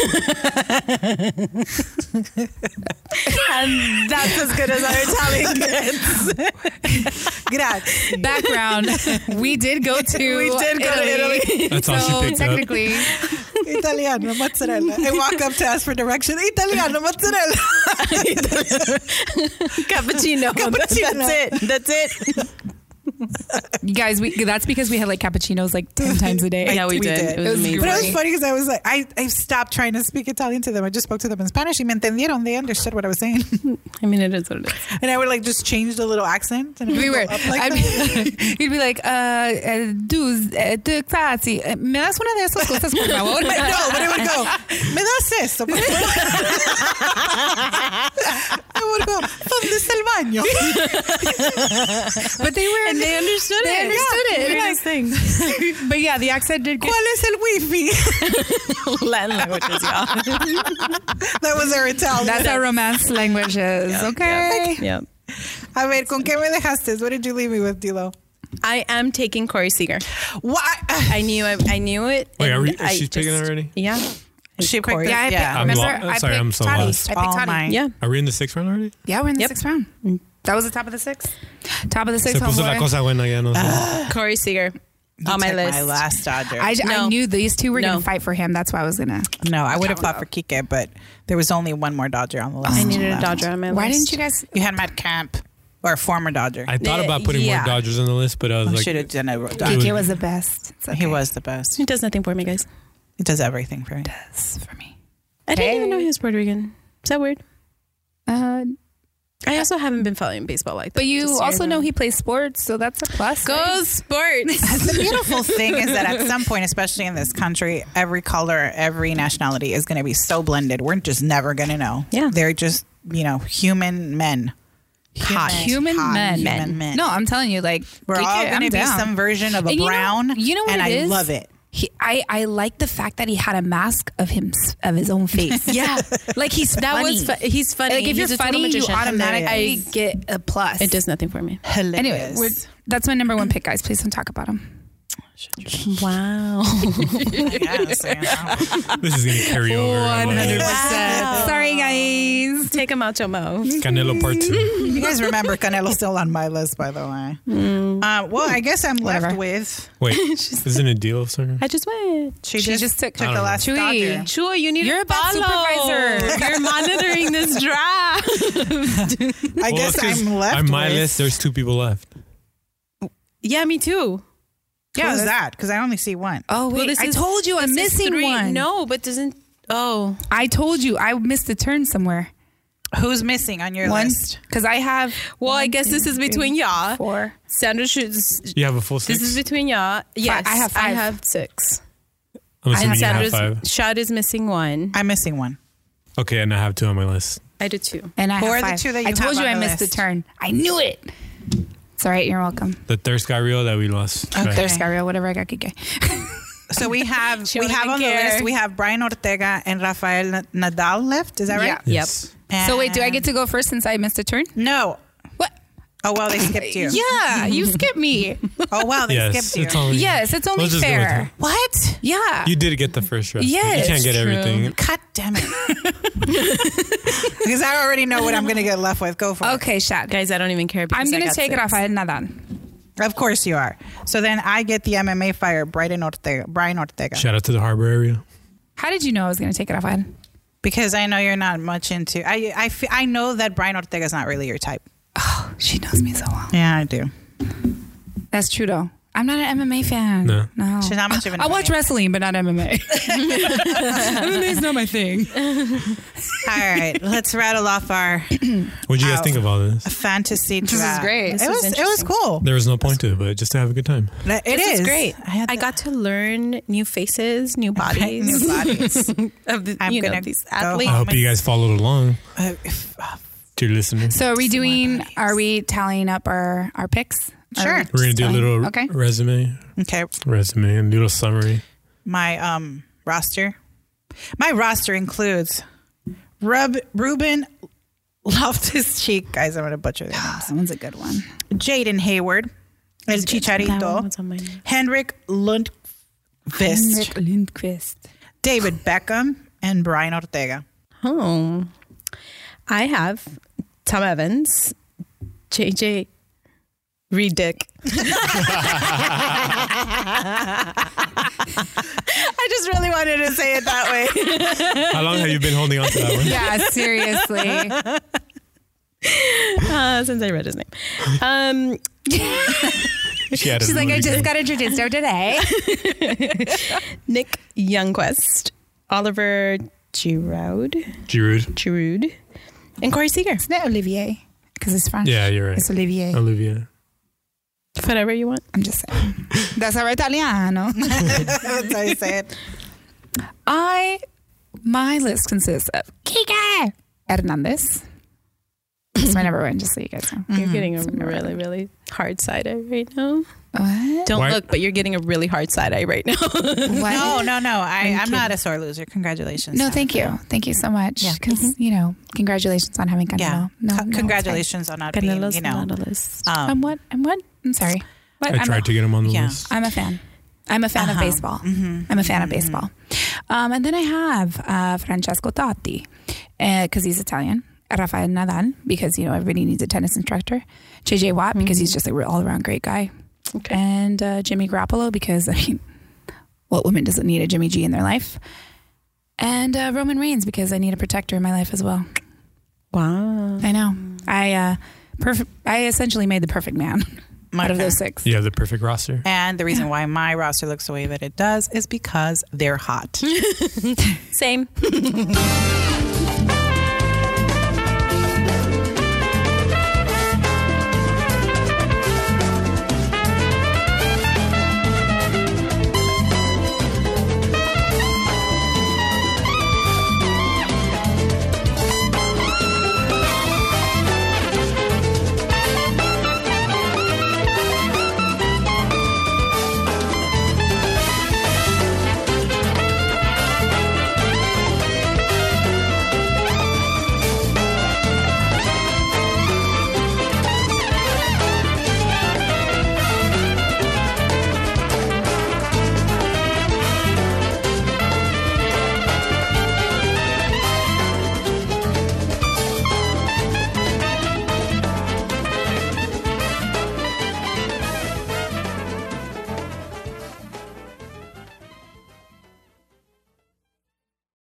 Speaker 1: that's as good as
Speaker 6: *laughs*
Speaker 1: our Italian. *laughs*
Speaker 5: Grazie. *laughs*
Speaker 1: Background: We did go to.
Speaker 5: We did go to Italy.
Speaker 4: That's
Speaker 1: *laughs*
Speaker 4: all
Speaker 1: So
Speaker 4: she picked up.
Speaker 1: technically,
Speaker 5: Italiano mozzarella. I walk up to ask for direction. Italiano
Speaker 6: *laughs*
Speaker 5: mozzarella.
Speaker 6: cappuccino. That's it. That's it.
Speaker 1: you guys, we that's because we had like cappuccinos like ten times a day.
Speaker 6: yeah, we,
Speaker 5: we
Speaker 6: did.
Speaker 5: did.
Speaker 6: It was,
Speaker 1: It was
Speaker 6: amazing.
Speaker 5: But it was
Speaker 1: Right.
Speaker 5: funny because I was like, I, I stopped trying to speak Italian to them. I just spoke to them in Spanish. Y me entendieron. They understood what I was saying. *laughs*
Speaker 6: I mean, it is what it is.
Speaker 5: And I would like just change the little accent. And I would
Speaker 1: We
Speaker 5: go
Speaker 1: were.
Speaker 5: up like
Speaker 1: I
Speaker 5: that.
Speaker 1: mean, *laughs* you'd be like, uh, uh, "Dudes, uh, two taxi. Uh, Me das una de esas cosas, por favor." *laughs*
Speaker 5: *laughs* no, *laughs* but it would go, me das esto. por *laughs* favor." I would go, ¿dónde está el baño?
Speaker 1: but they were.
Speaker 6: They understood
Speaker 1: They
Speaker 6: it.
Speaker 1: understood it.
Speaker 6: Look at these things.
Speaker 1: but yeah, the accent did. Get,
Speaker 5: ¿Cuál es el
Speaker 6: *laughs*
Speaker 5: wifi?
Speaker 6: Latin languages, y'all.
Speaker 5: That was our Italian.
Speaker 1: that's how romance language is. okay.
Speaker 6: Yep.
Speaker 5: A ver, ¿con qué me dejaste? What did you leave me with, Dilo?
Speaker 6: I am taking Corey Seager.
Speaker 5: *laughs* Why?
Speaker 6: I knew. I, I knew it.
Speaker 4: Wait, are
Speaker 6: and
Speaker 4: we- is
Speaker 6: I
Speaker 4: she taking it already?
Speaker 6: Yeah.
Speaker 5: She picked
Speaker 6: Corey.
Speaker 5: the-
Speaker 1: Yeah, I
Speaker 5: Yeah.
Speaker 1: picked, Oh
Speaker 4: I'm
Speaker 1: remember,
Speaker 4: lo- I'm
Speaker 1: I
Speaker 4: sorry,
Speaker 1: picked
Speaker 4: I'm so
Speaker 1: Toddy.
Speaker 4: lost.
Speaker 1: I picked
Speaker 5: All
Speaker 1: Toddy.
Speaker 5: mine.
Speaker 6: Yeah.
Speaker 4: Are we in the sixth round already?
Speaker 1: Yeah, we're in the
Speaker 6: Yep.
Speaker 1: sixth round. That was the top of the six. Top of the six.
Speaker 4: Se puso la
Speaker 1: homeboy.
Speaker 4: cosa buena ya no sé.
Speaker 2: Corey Seager on my
Speaker 5: Took
Speaker 2: list.
Speaker 5: My last Dodger.
Speaker 1: I, I
Speaker 2: No.
Speaker 1: knew these two were
Speaker 2: No.
Speaker 1: gonna fight for him. That's why I was gonna.
Speaker 5: no, I would have fought for Kike, but there was only one more Dodger on the list.
Speaker 2: I needed a
Speaker 5: left.
Speaker 2: Dodger on my list.
Speaker 1: Why didn't you guys?
Speaker 5: You had Matt Camp or a former Dodger.
Speaker 4: I thought about putting
Speaker 2: Yeah.
Speaker 4: more Dodgers on the list, but I was
Speaker 5: I
Speaker 4: like,
Speaker 5: should have done a
Speaker 4: Dude.
Speaker 5: Dodger.
Speaker 1: Kike was the best. It's okay.
Speaker 5: He was the best.
Speaker 2: He does nothing for me, guys.
Speaker 5: He does everything for me.
Speaker 1: It's for me.
Speaker 2: I didn't
Speaker 1: Hey.
Speaker 2: even know he was Puerto Rican. Is that weird?
Speaker 1: Uh,
Speaker 2: I also haven't been following baseball like that.
Speaker 1: but you
Speaker 2: Just so
Speaker 1: also
Speaker 2: you *laughs*
Speaker 1: know he plays sports, so that's a plus.
Speaker 2: Go sports.
Speaker 5: the
Speaker 2: *laughs*
Speaker 5: beautiful thing is that at some point, especially in this country, every color, every nationality is going to be so blended. We're just never going to know.
Speaker 2: Yeah.
Speaker 5: They're just, you know, human men. Hot,
Speaker 1: Human
Speaker 5: hot
Speaker 1: men.
Speaker 5: Human men.
Speaker 1: No, I'm telling you, like
Speaker 5: We're
Speaker 1: Kike,
Speaker 5: all
Speaker 1: I'm
Speaker 5: going to be
Speaker 1: down.
Speaker 5: some version of a
Speaker 1: And you know-
Speaker 5: brown.
Speaker 1: you know what
Speaker 5: And
Speaker 1: it
Speaker 5: I
Speaker 1: is?
Speaker 5: love it.
Speaker 1: He, I, I like the fact that he had a mask of him of his own *laughs* face.
Speaker 2: yeah.
Speaker 1: like he's
Speaker 2: That
Speaker 1: funny.
Speaker 2: was fu- he's funny.
Speaker 1: Like if
Speaker 2: He's
Speaker 1: you're
Speaker 2: a total
Speaker 1: funny, you
Speaker 2: magician.
Speaker 1: automatically
Speaker 2: I-
Speaker 1: get a plus.
Speaker 2: it does nothing for me.
Speaker 1: Anyway,
Speaker 5: Hilarious.
Speaker 1: we're, that's my number one pick, guys. Please don't talk about him.
Speaker 2: Wow.
Speaker 5: Yeah, so, you know.
Speaker 1: *laughs*
Speaker 4: this is going to carry over. I'm like,
Speaker 1: Sorry, guys.
Speaker 2: *laughs* Take him out your mouth.
Speaker 4: Canelo
Speaker 5: *laughs*
Speaker 4: part two.
Speaker 5: you guys remember Canelo's still on my list, by the way.
Speaker 1: Mm.
Speaker 5: Uh, well, I guess I'm left with.
Speaker 4: Wait, isn't a deal, sir?
Speaker 2: I just went.
Speaker 5: She,
Speaker 1: She
Speaker 5: just,
Speaker 1: just took-
Speaker 5: took
Speaker 1: I
Speaker 5: the
Speaker 4: don't
Speaker 5: last
Speaker 1: know. Chewy.
Speaker 5: Dodger.
Speaker 2: Chua, you need
Speaker 1: You're a bad supervisor.
Speaker 2: *laughs* You're monitoring this draft.
Speaker 5: I
Speaker 4: Well,
Speaker 5: guess
Speaker 4: it's 'cause
Speaker 5: I'm left
Speaker 4: On my
Speaker 5: with.
Speaker 4: list, there's two people left.
Speaker 2: Yeah, me too.
Speaker 5: Yeah, Who's
Speaker 1: that's-
Speaker 5: that? Because I only see one.
Speaker 1: Oh wait,
Speaker 2: Well, this
Speaker 1: I
Speaker 2: is-
Speaker 1: told you I'm
Speaker 2: this is
Speaker 1: missing
Speaker 2: three.
Speaker 1: one.
Speaker 2: No, but doesn't. Oh,
Speaker 1: I told you I missed a turn somewhere.
Speaker 5: Who's missing on your
Speaker 1: One,
Speaker 5: list?
Speaker 1: because I have.
Speaker 2: well, I guess this is between y'all.
Speaker 1: Four.
Speaker 2: Sandra shoots.
Speaker 4: You have a full six.
Speaker 2: This is between y'all. Yes,
Speaker 1: I have
Speaker 2: I
Speaker 1: five.
Speaker 2: have six.
Speaker 4: I'm assuming you have
Speaker 2: Sandra's
Speaker 4: five.
Speaker 2: shot is missing one.
Speaker 5: I'm missing one.
Speaker 4: Okay, and I have two on my list.
Speaker 2: I did two.
Speaker 1: And I
Speaker 5: Who
Speaker 1: have
Speaker 5: are the
Speaker 1: five.
Speaker 5: two that
Speaker 1: I
Speaker 5: you
Speaker 1: told
Speaker 5: have
Speaker 1: you I
Speaker 5: on the
Speaker 1: missed a
Speaker 5: list?
Speaker 1: turn. I knew it. It's all right. You're welcome.
Speaker 4: The thirst got real that we lost.
Speaker 5: Okay.
Speaker 1: There's Gabriel, whatever I got, Kike. *laughs*
Speaker 5: So we have
Speaker 2: She
Speaker 5: we
Speaker 2: don't
Speaker 5: have
Speaker 2: even
Speaker 5: on the
Speaker 2: care.
Speaker 5: list we have Brian Ortega and Rafael Na- Nadal left. Is that right?
Speaker 1: Yeah.
Speaker 4: Yes.
Speaker 1: So wait, do I get to go first since I missed a turn?
Speaker 5: No.
Speaker 1: What?
Speaker 5: Oh well, they skipped you.
Speaker 1: *laughs* Yeah, you skipped me.
Speaker 5: Oh well, they
Speaker 4: Yes.
Speaker 5: skipped
Speaker 4: It's
Speaker 5: you.
Speaker 4: only,
Speaker 1: Yes, it's only
Speaker 4: Let's just go with
Speaker 1: fair.
Speaker 4: it.
Speaker 5: What?
Speaker 1: *laughs* Yeah.
Speaker 4: You did get the first round.
Speaker 1: Yes,
Speaker 4: You can't get
Speaker 2: true.
Speaker 4: everything.
Speaker 5: God
Speaker 1: *laughs*
Speaker 5: damn it! because I already know what I'm going to get left with. Go for
Speaker 1: okay, Shad.
Speaker 2: Guys, I don't even care.
Speaker 1: I'm
Speaker 2: because I
Speaker 1: gonna
Speaker 2: got
Speaker 1: take it
Speaker 2: six.
Speaker 1: off. I had Nadan.
Speaker 5: it. Of course you are. So then I get the MMA fire, Brian Ortega. Brian Ortega.
Speaker 4: Shout out to the harbor area.
Speaker 1: How did you know I was gonna take it off? I had
Speaker 5: Because I know you're not much into. I I fe- I know that Brian Ortega's not really your type.
Speaker 1: She knows me so well.
Speaker 5: Yeah, I do.
Speaker 1: That's true though. I'm not an MMA fan.
Speaker 4: No.
Speaker 1: No.
Speaker 5: She's not much of an.
Speaker 1: I watch
Speaker 5: MMA.
Speaker 1: wrestling, but not *laughs* MMA. MMA's not my thing.
Speaker 5: All *laughs* right, let's rattle off our
Speaker 4: What do you guys
Speaker 1: Oh.
Speaker 5: Ow.
Speaker 4: think of all this?
Speaker 5: fantasy.
Speaker 1: is
Speaker 5: draft.
Speaker 1: great.
Speaker 5: It
Speaker 1: This
Speaker 5: was
Speaker 1: is
Speaker 5: it was cool.
Speaker 4: There was no point to it, but just to have a good time.
Speaker 5: It
Speaker 2: This
Speaker 5: is
Speaker 2: is great.
Speaker 5: I, had
Speaker 2: I got to learn new faces, new
Speaker 5: *laughs*
Speaker 2: bodies.
Speaker 5: new *laughs* bodies.
Speaker 2: of the,
Speaker 5: I'm
Speaker 2: you know,
Speaker 5: gonna
Speaker 2: these
Speaker 5: go
Speaker 2: athletes.
Speaker 4: I hope you guys followed along,
Speaker 5: Uh, if- uh,
Speaker 4: dear listeners.
Speaker 1: So are we doing
Speaker 5: bodies.
Speaker 1: are we tallying up our, our picks? Are
Speaker 5: Sure.
Speaker 1: we
Speaker 4: We're gonna
Speaker 1: just
Speaker 4: do a
Speaker 1: telling-
Speaker 4: little
Speaker 1: Okay.
Speaker 4: resume,
Speaker 5: okay,
Speaker 4: resume, and
Speaker 1: *laughs*
Speaker 4: little summary.
Speaker 5: my um roster. My roster includes Rub Ruben Loftus Cheek. Guys, I'm gonna butcher their names.
Speaker 1: That one's Ah, a good one.
Speaker 5: Jaden Hayward, El
Speaker 2: That one
Speaker 5: Chicharito,
Speaker 2: was on my list.
Speaker 5: Henrik Lundqvist,
Speaker 1: Henrik Lundqvist.
Speaker 5: David Beckham, and Brian
Speaker 1: *laughs*
Speaker 5: Ortega.
Speaker 2: Oh, I have Tom Evans, JJ Reed Dick.
Speaker 5: I just really wanted to say it that way.
Speaker 4: How long have you been holding on to that
Speaker 1: *laughs*
Speaker 4: one?
Speaker 1: Yeah, *laughs* seriously.
Speaker 2: Uh, since I read his name, um,
Speaker 4: She added
Speaker 1: She's like,
Speaker 4: another
Speaker 1: I just
Speaker 4: game.
Speaker 1: got introduced Oh, her today.
Speaker 2: Nick Youngquest, Oliver Giroud,
Speaker 4: Giroud.
Speaker 2: Giroud, and Corey Seager.
Speaker 1: Isn't it Olivier? Because it's French.
Speaker 4: Yeah, you're right.
Speaker 1: It's Olivier.
Speaker 4: Olivia.
Speaker 2: Whatever you want.
Speaker 1: I'm just saying. That's our Italiano.
Speaker 5: That's how you say it.
Speaker 1: I my list consists of Kike Hernandez. That's my number one, just so you guys know.
Speaker 2: You're getting a really, really hard side eye right now.
Speaker 1: What?
Speaker 2: Don't
Speaker 4: Why-
Speaker 2: look, but you're getting a really hard side eye right *laughs* now.
Speaker 1: What?
Speaker 5: *laughs* *laughs* No, no, no. I,
Speaker 2: I'm
Speaker 5: I'm not a sore loser. Congratulations.
Speaker 1: No, thank you. Thank you so much.
Speaker 5: Yeah.
Speaker 1: 'Cause, you know, congratulations on having Canelo.
Speaker 5: Yeah.
Speaker 1: No,
Speaker 5: Co-
Speaker 1: no, it's
Speaker 5: congratulations on not being,
Speaker 2: Canelo's
Speaker 5: you know.
Speaker 2: not on the list.
Speaker 1: fine.
Speaker 5: Um,
Speaker 1: I'm what? I'm what? I'm sorry. What?
Speaker 4: I
Speaker 1: I'm
Speaker 4: tried
Speaker 1: a,
Speaker 4: to get him on the
Speaker 5: yeah.
Speaker 4: list.
Speaker 1: I'm a fan. I'm a fan of
Speaker 5: uh-huh.
Speaker 1: baseball.
Speaker 5: Mm-hmm.
Speaker 1: I'm a fan
Speaker 6: Mm-hmm.
Speaker 1: of baseball. Um, and then I have uh, Francesco Totti because he's Italian. Rafael Nadal because you know everybody needs a tennis instructor. JJ Watt because he's just a real all around great guy.
Speaker 6: Mm-hmm. Okay.
Speaker 1: And uh, Jimmy Garoppolo because *laughs* I mean, what woman doesn't need a Jimmy G in their life? And uh, Roman Reigns because I need a protector in my life as well.
Speaker 6: Wow.
Speaker 1: I know. I uh, perfect. I essentially made the perfect man out of those six.
Speaker 4: You have the perfect roster.
Speaker 5: And the reason why my roster looks the way that it does is because they're hot.
Speaker 6: Same.